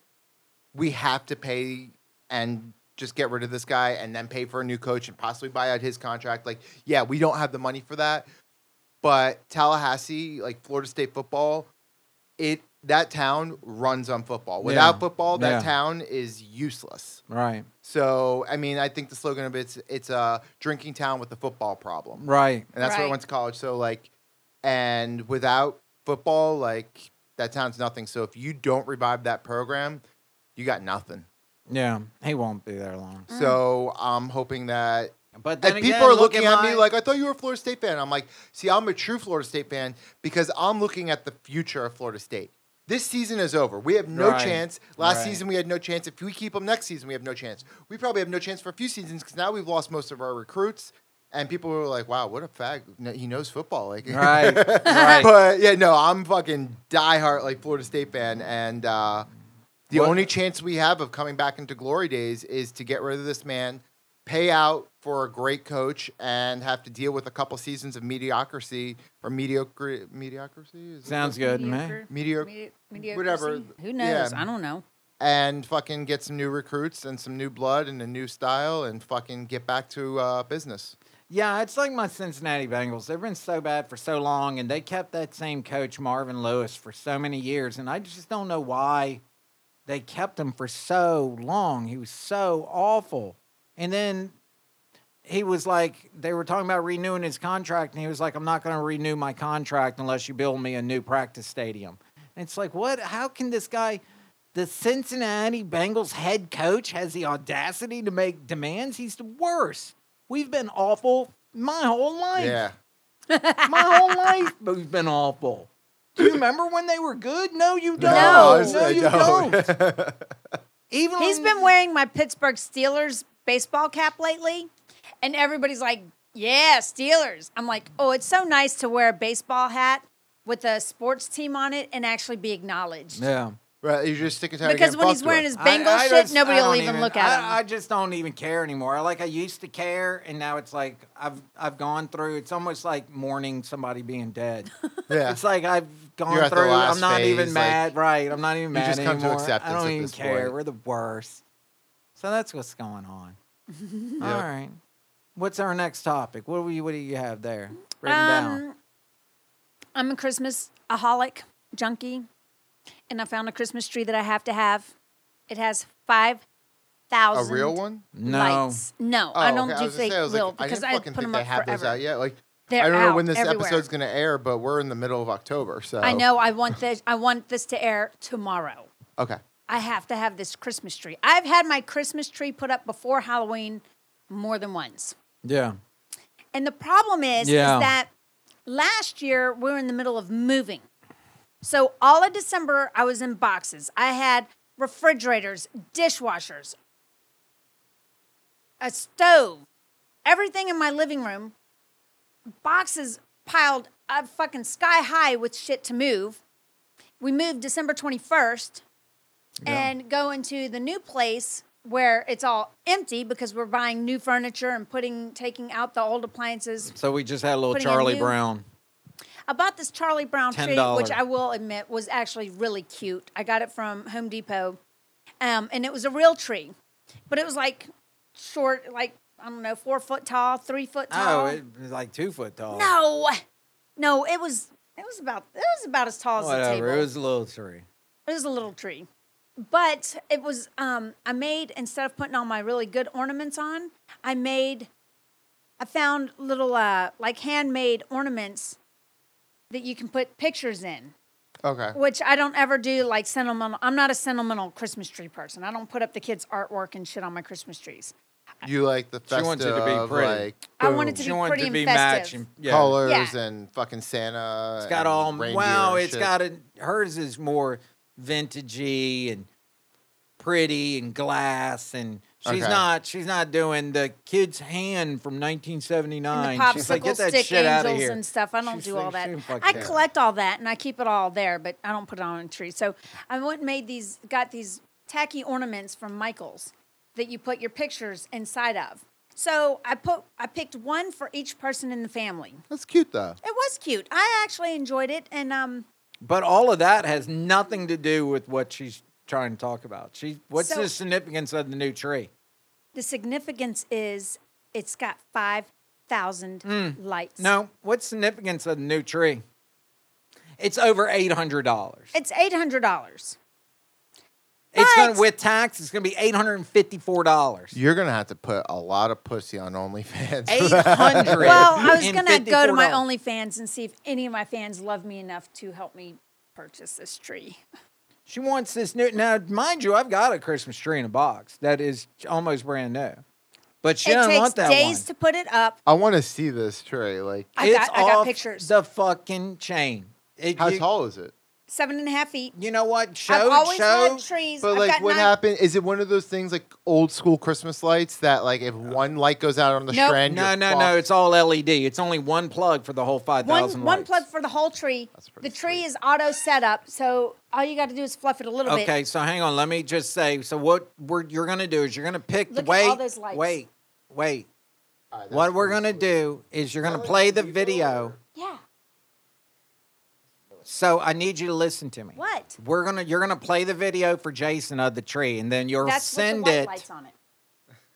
Speaker 3: we have to pay and just get rid of this guy and then pay for a new coach and possibly buy out his contract. Like, yeah, we don't have the money for that. But Tallahassee, like Florida State football, it that town runs on football. Without
Speaker 1: Yeah.
Speaker 3: football, that
Speaker 1: Yeah.
Speaker 3: town is useless.
Speaker 1: Right.
Speaker 3: So, I mean, I think the slogan of it's it's a drinking town with a football problem
Speaker 1: Right.
Speaker 3: and that's where I
Speaker 2: Right.
Speaker 3: went to college. So like, and without football, like that sounds nothing. So if you don't revive that program, you got nothing.
Speaker 1: Yeah. He won't be there long.
Speaker 3: So I'm hoping that
Speaker 1: But then
Speaker 3: and
Speaker 1: again,
Speaker 3: people are
Speaker 1: look
Speaker 3: looking at
Speaker 1: my-
Speaker 3: me like I thought you were a Florida State fan. I'm like, see, I'm a true Florida State fan because I'm looking at the future of Florida State. This season is over. We have no
Speaker 1: Right.
Speaker 3: chance. Last
Speaker 1: Right.
Speaker 3: season we had no chance. If we keep them next season, we have no chance. We probably have no chance for a few seasons because now we've lost most of our recruits. And people were like, "Wow, what a fag! No, He knows football." Like,
Speaker 1: right. right.
Speaker 3: but yeah, no, I'm fucking diehard like Florida State fan, and uh, the
Speaker 1: What-
Speaker 3: only chance we have of coming back into glory days is to get rid of this man, pay out for a great coach, and have to deal with a couple seasons of mediocrity or mediocre mediocrity. Is it-
Speaker 1: Sounds good, man.
Speaker 3: Mediocre.
Speaker 2: Medi- mediocracy?
Speaker 3: whatever.
Speaker 2: Who knows?
Speaker 3: Yeah.
Speaker 2: I don't know.
Speaker 3: And fucking get some new recruits and some new blood and a new style and fucking get back to uh, business.
Speaker 1: Yeah, it's like my Cincinnati Bengals. They've been so bad for so long, and they kept that same coach, Marvin Lewis, for so many years. And I just don't know why they kept him for so long. He was so awful. And then he was like, they were talking about renewing his contract, and he was like, I'm not going to renew my contract unless you build me a new practice stadium. And it's like, what? How can this guy, the Cincinnati Bengals head coach, has the audacity to make demands? He's the worst. We've been awful my whole life.
Speaker 3: Yeah.
Speaker 1: My whole life, we've been awful. Do you remember when they were good? No, you don't. No,
Speaker 3: honestly, I
Speaker 1: you
Speaker 3: don't.
Speaker 1: don't. Even
Speaker 2: He's
Speaker 1: when-
Speaker 2: been wearing my Pittsburgh Steelers baseball cap lately, and everybody's like, "Yeah, Steelers." I'm like, "Oh, it's so nice to wear a baseball hat with a sports team on it and actually be acknowledged."
Speaker 1: Yeah.
Speaker 3: Right, you're just sick and tired. of
Speaker 2: Because
Speaker 3: getting
Speaker 2: when he's
Speaker 3: fucked
Speaker 2: wearing
Speaker 3: with.
Speaker 2: his Bengal
Speaker 1: I- I
Speaker 2: shit,
Speaker 1: just-
Speaker 2: nobody
Speaker 1: I
Speaker 2: will
Speaker 1: don't
Speaker 2: even,
Speaker 1: even-
Speaker 2: look at
Speaker 1: I,
Speaker 2: him.
Speaker 1: I just don't even care anymore. Like I used to care, and now it's like I've I've gone through. It's almost like mourning somebody being dead.
Speaker 3: yeah,
Speaker 1: It's like I've gone
Speaker 3: You're at the
Speaker 1: through.
Speaker 3: last
Speaker 1: I'm not even
Speaker 3: phase, like,
Speaker 1: mad. right. I'm not even mad
Speaker 3: just come to
Speaker 1: anymore.
Speaker 3: acceptance
Speaker 1: I
Speaker 3: at
Speaker 1: don't even
Speaker 3: this
Speaker 1: care.
Speaker 3: point.
Speaker 1: We're the worst. So that's what's going on. All
Speaker 3: Yep.
Speaker 1: right. What's our next topic? What do you What do you have there written down?
Speaker 2: Um, I'm a Christmas aholic junkie, and I found a Christmas tree that I have to have. It has five
Speaker 3: a
Speaker 2: thousand
Speaker 3: real one. Oh,
Speaker 1: No.
Speaker 2: lights. No, I don't
Speaker 3: okay.
Speaker 2: do
Speaker 3: was gonna
Speaker 2: fake
Speaker 3: say, I was
Speaker 2: little
Speaker 3: like,
Speaker 2: because
Speaker 3: I
Speaker 2: I,
Speaker 3: didn't
Speaker 2: put
Speaker 3: fucking
Speaker 2: them
Speaker 3: think they
Speaker 2: up
Speaker 3: had
Speaker 2: forever.
Speaker 3: those out yet. Like,
Speaker 2: They're
Speaker 3: I don't know
Speaker 2: out
Speaker 3: when this
Speaker 2: everywhere.
Speaker 3: episode's going to air, but we're in the middle of October, so
Speaker 2: I know. I want this. I want this to air tomorrow.
Speaker 3: Okay,
Speaker 2: I have to have this Christmas tree. I've had my Christmas tree put up before Halloween more than once.
Speaker 1: Yeah.
Speaker 2: And the problem is,
Speaker 1: Yeah.
Speaker 2: is that last year we were in the middle of moving. So all of December I was in boxes. I had refrigerators, dishwashers, a stove, everything in my living room, boxes piled up fucking sky high with shit to move. We moved December 21st and go into the new place where it's all empty because we're buying new furniture and putting taking out the old appliances.
Speaker 1: So we just had a little
Speaker 2: Putting a
Speaker 1: Charlie
Speaker 2: new-
Speaker 1: Brown.
Speaker 2: I bought this Charlie Brown tree, which
Speaker 1: $10.
Speaker 2: I will admit was actually really cute. I got it from Home Depot, um, and it was a real tree, but it was like short, like I don't know, four foot tall, three foot
Speaker 1: Oh,
Speaker 2: tall.
Speaker 1: it was like two foot tall.
Speaker 2: no, no, it was it was about it was about as tall as the
Speaker 1: Whatever.
Speaker 2: table.
Speaker 1: It was a little tree.
Speaker 2: It was a little tree. But it was um I made instead of putting all my really good ornaments on, I made I found little uh like handmade ornaments that you can put pictures in,
Speaker 3: okay.
Speaker 2: which I don't ever do like sentimental. I'm not a sentimental Christmas tree person. I don't put up the kids' artwork and shit on my Christmas trees.
Speaker 3: You like the
Speaker 1: She
Speaker 3: festive,
Speaker 1: wants it to be pretty.
Speaker 3: like
Speaker 2: I want it to
Speaker 1: She
Speaker 2: be
Speaker 1: wanted
Speaker 2: pretty
Speaker 1: to be
Speaker 2: and festive.
Speaker 1: matching. Yeah.
Speaker 3: colors
Speaker 2: Yeah.
Speaker 3: and fucking Santa.
Speaker 1: It's got
Speaker 3: and
Speaker 1: all
Speaker 3: reindeer
Speaker 1: wow.
Speaker 3: and
Speaker 1: It's
Speaker 3: shit.
Speaker 1: got a hers is more vintagey and pretty and glass and she's
Speaker 3: Okay.
Speaker 1: not she's not doing the kid's hand from 1979
Speaker 2: and the popsicle
Speaker 1: she's like get that
Speaker 2: stick
Speaker 1: shit out of
Speaker 2: angels
Speaker 1: here
Speaker 2: and stuff. I don't
Speaker 1: She's
Speaker 2: do
Speaker 1: like,
Speaker 2: all that.
Speaker 1: she didn't fucking
Speaker 2: I
Speaker 1: care.
Speaker 2: collect all that and I keep it all there, but I don't put it on a tree. So I went and made these, got these tacky ornaments from Michaels that you put your pictures inside of. So I put, I picked one for each person in the family.
Speaker 3: That's cute though.
Speaker 2: It was cute. I actually enjoyed it, and um,
Speaker 1: but all of that has nothing to do with what she's trying to talk about she what's
Speaker 2: So-
Speaker 1: the significance of the new tree
Speaker 2: the significance is it's got five thousand lights.
Speaker 1: Hmm. no what's significance of the new tree it's over $800
Speaker 2: it's eight hundred dollars.
Speaker 1: it's gonna
Speaker 2: but-
Speaker 1: with tax it's gonna be $854
Speaker 3: You're gonna have to put a lot of pussy on OnlyFans.
Speaker 1: Eight hundred.
Speaker 2: Well, I was gonna go to my OnlyFans and see if any of my fans love me enough to help me purchase this tree.
Speaker 1: She wants this new. Now, mind you, I've got a Christmas tree in a box that is almost brand new, but she
Speaker 2: it
Speaker 1: doesn't
Speaker 2: takes
Speaker 1: want that
Speaker 2: days
Speaker 1: one.
Speaker 2: to put it up.
Speaker 3: I want to see this tree. Like,
Speaker 2: I got-
Speaker 1: It's
Speaker 2: I got
Speaker 1: off
Speaker 2: pictures.
Speaker 1: The fucking chain. It-
Speaker 3: how
Speaker 1: you,
Speaker 3: tall is it?
Speaker 2: Seven and a half feet.
Speaker 1: You know what? Show,
Speaker 2: I've always
Speaker 1: show.
Speaker 2: had trees.
Speaker 3: But
Speaker 2: I've
Speaker 3: like,
Speaker 2: got
Speaker 3: what
Speaker 2: nine-
Speaker 3: happened? Is it one of those things like old school Christmas lights that like if one light goes out on the
Speaker 2: Nope.
Speaker 3: strand?
Speaker 1: No,
Speaker 3: you're
Speaker 1: no,
Speaker 3: fucked?
Speaker 1: no. It's all LED. It's only one plug for the whole five
Speaker 2: One,
Speaker 1: thousand.
Speaker 2: one plug for the whole tree.
Speaker 3: That's
Speaker 2: The
Speaker 3: pretty
Speaker 2: tree
Speaker 3: sweet.
Speaker 2: is auto set up, so all you got to do is fluff it a little
Speaker 1: Okay,
Speaker 2: bit.
Speaker 1: so hang on. Let me just say. So what we're, you're gonna do is you're gonna pick
Speaker 2: Look
Speaker 1: the
Speaker 2: at
Speaker 1: wait,
Speaker 2: all those lights.
Speaker 1: wait, wait.
Speaker 3: All right, Uh, that's
Speaker 1: What we're
Speaker 3: pretty
Speaker 1: gonna
Speaker 3: sweet.
Speaker 1: do is you're gonna
Speaker 3: Tell it
Speaker 1: play
Speaker 3: to
Speaker 1: the
Speaker 3: you
Speaker 1: video.
Speaker 3: earlier.
Speaker 2: Yeah.
Speaker 1: So I need you to listen to me.
Speaker 2: What?
Speaker 1: We're gonna you're gonna play the video for Jason of the tree, and then you'll
Speaker 2: That's
Speaker 1: send
Speaker 2: with the white
Speaker 1: it.
Speaker 2: lights on it.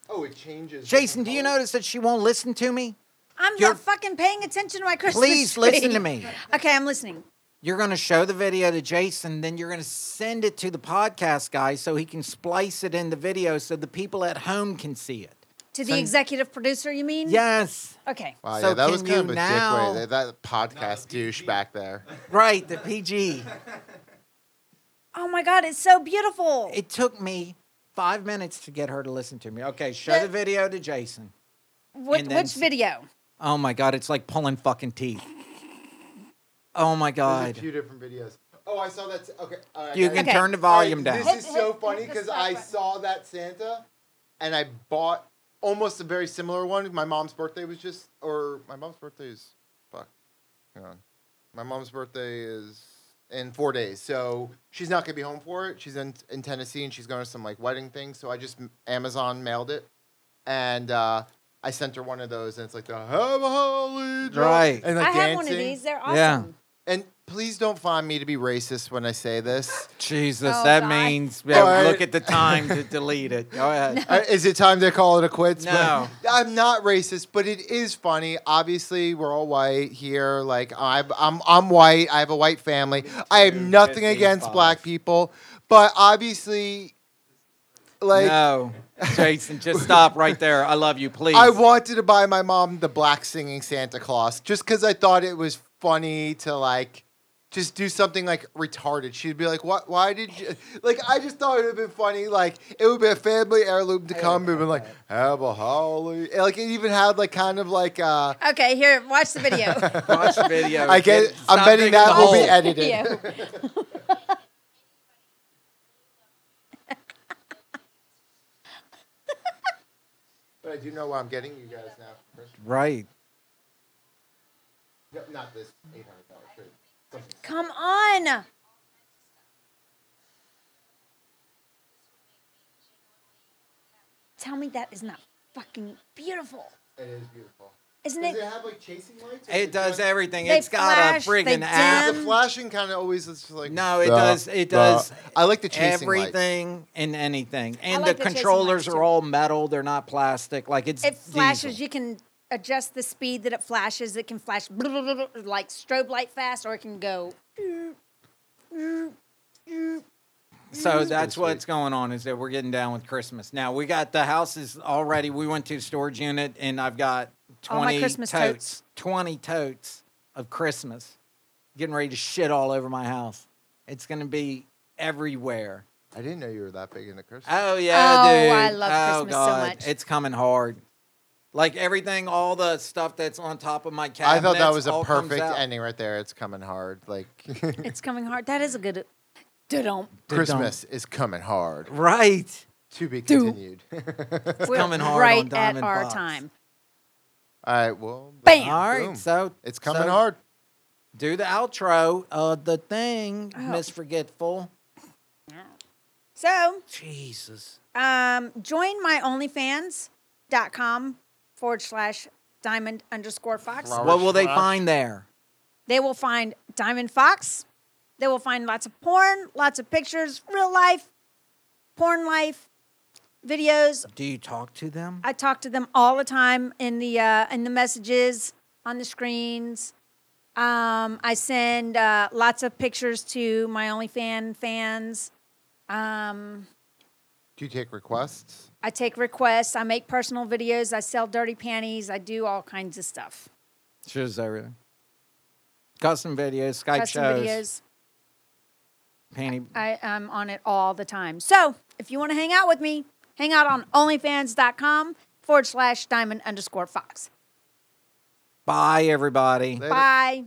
Speaker 3: Oh, it changes.
Speaker 1: Jason, do you notice that she won't listen to me?
Speaker 2: I'm
Speaker 1: You're-
Speaker 2: not fucking paying attention to my Christmas
Speaker 1: Please
Speaker 2: tree.
Speaker 1: listen to me.
Speaker 2: Okay, I'm listening.
Speaker 1: You're gonna show the video to Jason, then you're gonna send it to the podcast guy so he can splice it in the video so the people at home can see it.
Speaker 2: To the
Speaker 1: Send-
Speaker 2: executive producer, you mean?
Speaker 1: Yes.
Speaker 2: Okay.
Speaker 3: Wow,
Speaker 1: So
Speaker 3: yeah, that
Speaker 1: can
Speaker 3: was kind of
Speaker 1: you
Speaker 3: a
Speaker 1: now-
Speaker 3: dick way. That, that podcast douche back there.
Speaker 1: Right, the PG.
Speaker 2: Oh my God, it's so beautiful.
Speaker 1: It took me five minutes to get her to listen to me. Okay, show
Speaker 2: The-
Speaker 1: the video to Jason.
Speaker 2: Wh-
Speaker 1: and then
Speaker 2: which
Speaker 1: s-
Speaker 2: video?
Speaker 1: Oh my god, it's like pulling fucking teeth. Oh my
Speaker 3: There's
Speaker 1: god.
Speaker 3: a few different videos. Oh, I saw that. Okay, all right,
Speaker 1: You
Speaker 3: I got
Speaker 1: can
Speaker 3: it.
Speaker 2: Okay.
Speaker 1: turn the volume
Speaker 3: All right,
Speaker 1: down.
Speaker 3: This is
Speaker 2: Hit-
Speaker 3: so
Speaker 2: hit-
Speaker 3: funny
Speaker 2: hit the
Speaker 3: because
Speaker 2: stop
Speaker 3: I
Speaker 2: button.
Speaker 3: saw that Santa, and I bought almost a very similar one. My mom's birthday was just, or my mom's birthday is, fuck, hang on, my mom's birthday is in four days, so she's not gonna be home for it. She's in in Tennessee and she's going to some like wedding thing, so I just Amazon mailed it, and. uh I sent her one of those, and it's like the have a holy drop,"
Speaker 1: Right.
Speaker 3: And
Speaker 2: I
Speaker 3: like
Speaker 2: have one of
Speaker 3: dancing.
Speaker 2: these. They're awesome.
Speaker 1: Yeah.
Speaker 3: And please don't find me to be racist when I say this.
Speaker 1: Jesus,
Speaker 2: Oh,
Speaker 1: that
Speaker 2: God.
Speaker 1: means
Speaker 3: All right.
Speaker 1: look at the time to delete it. Go ahead.
Speaker 3: Uh, Is it time to call it a quits?
Speaker 1: No.
Speaker 3: But- I'm not racist, but it is funny. Obviously, we're all white here. Like I'm, I'm, I'm white. I have a white family. I have nothing
Speaker 1: 55.
Speaker 3: against black people, but obviously, like
Speaker 1: no, Jason, just stop right there. I love you, please.
Speaker 3: I wanted to buy my mom the black singing Santa Claus just because I thought it was funny to like just do something like retarded. She'd be like, "What? Why did you?" Like, I just thought it would have been funny. Like, it would be a family heirloom to come and be like, "Have a holly." and, Like, it even had like kind of like uh,
Speaker 2: Okay, here, watch the video.
Speaker 1: Watch the video.
Speaker 3: I get.
Speaker 1: Kid,
Speaker 3: I'm
Speaker 1: stop
Speaker 3: betting
Speaker 1: digging
Speaker 3: that
Speaker 1: the
Speaker 3: will be
Speaker 1: hole.
Speaker 3: edited.
Speaker 2: Video.
Speaker 3: But I do know what I'm getting you guys now. for Christmas.
Speaker 1: Right.
Speaker 3: Yep, Not this eight hundred dollar tree. Something-
Speaker 2: Come on. Tell me that is not fucking beautiful.
Speaker 3: It is beautiful.
Speaker 2: Isn't
Speaker 3: Does
Speaker 2: it?
Speaker 3: it have like chasing lights? or is
Speaker 1: It does
Speaker 3: just-
Speaker 1: everything.
Speaker 2: They
Speaker 1: it's got
Speaker 2: flash,
Speaker 1: a
Speaker 2: they
Speaker 1: friggin' app.
Speaker 2: dim.
Speaker 3: the flashing kind of always is just like
Speaker 1: No, it
Speaker 3: Duh,
Speaker 1: does. It
Speaker 3: duh.
Speaker 1: does.
Speaker 3: I like the chasing lights.
Speaker 1: Everything and anything. And
Speaker 2: like
Speaker 1: the
Speaker 2: the chasing
Speaker 1: controllers
Speaker 2: lights,
Speaker 1: are
Speaker 2: too.
Speaker 1: all metal. They're not plastic. Like it's
Speaker 2: It flashes.
Speaker 1: diesel.
Speaker 2: You can adjust the speed that it flashes. It can flash blah, blah, blah, blah, like strobe light fast, or it can go. Mm-hmm.
Speaker 1: So that's
Speaker 3: pretty
Speaker 1: what's going on is that we're getting down with Christmas. Now we got the house is already. We went to a storage unit and I've got
Speaker 2: All my
Speaker 1: twenty
Speaker 2: Christmas
Speaker 1: totes,
Speaker 2: totes.
Speaker 1: twenty totes of Christmas, getting ready to shit all over my house. It's gonna be everywhere.
Speaker 3: I didn't know you were that big into Christmas.
Speaker 1: Oh yeah,
Speaker 2: Oh,
Speaker 1: dude.
Speaker 2: I love
Speaker 1: Oh,
Speaker 2: Christmas so
Speaker 1: God.
Speaker 2: much.
Speaker 1: It's coming hard. Like everything, all the stuff that's on top of my
Speaker 3: I
Speaker 1: cabinets.
Speaker 3: thought that was a
Speaker 1: all comes
Speaker 3: perfect
Speaker 1: out.
Speaker 3: ending right there. It's coming hard. Like
Speaker 2: It's coming hard. That is a good. Don't.
Speaker 3: Christmas is coming hard.
Speaker 1: Right.
Speaker 3: To be
Speaker 2: Do.
Speaker 3: continued.
Speaker 2: We're
Speaker 1: coming hard on
Speaker 2: right at
Speaker 1: Diamond
Speaker 2: our
Speaker 1: Fox.
Speaker 2: time.
Speaker 3: All right, well,
Speaker 2: Bam.
Speaker 1: All right.
Speaker 3: Boom.
Speaker 1: So
Speaker 3: it's coming
Speaker 1: so
Speaker 3: hard.
Speaker 1: Do the outro of the thing,
Speaker 2: Oh.
Speaker 1: Miss Forgetful.
Speaker 2: So,
Speaker 1: Jesus.
Speaker 2: um, join my OnlyFans.com forward slash Diamond underscore Fox.
Speaker 3: Flower.
Speaker 1: What will they
Speaker 3: Slash.
Speaker 1: find there?
Speaker 2: They will find Diamond Fox. They will find lots of porn, lots of pictures, real life, porn life, videos.
Speaker 1: Do you talk to them?
Speaker 2: I talk to them all the time in the uh, in the messages on the screens. Um, I send uh, lots of pictures to my OnlyFan fans. Um,
Speaker 3: Do you take requests?
Speaker 2: I take requests. I make personal videos. I sell dirty panties. I do all kinds of stuff.
Speaker 1: Shows everything. Custom videos, Skype
Speaker 2: Custom
Speaker 1: shows,
Speaker 2: videos.
Speaker 1: panty.
Speaker 2: I am on it all the time. So if you want to hang out with me, hang out on OnlyFans.com forward slash Diamond underscore Fox.
Speaker 1: Bye, everybody.
Speaker 3: Later.
Speaker 2: Bye.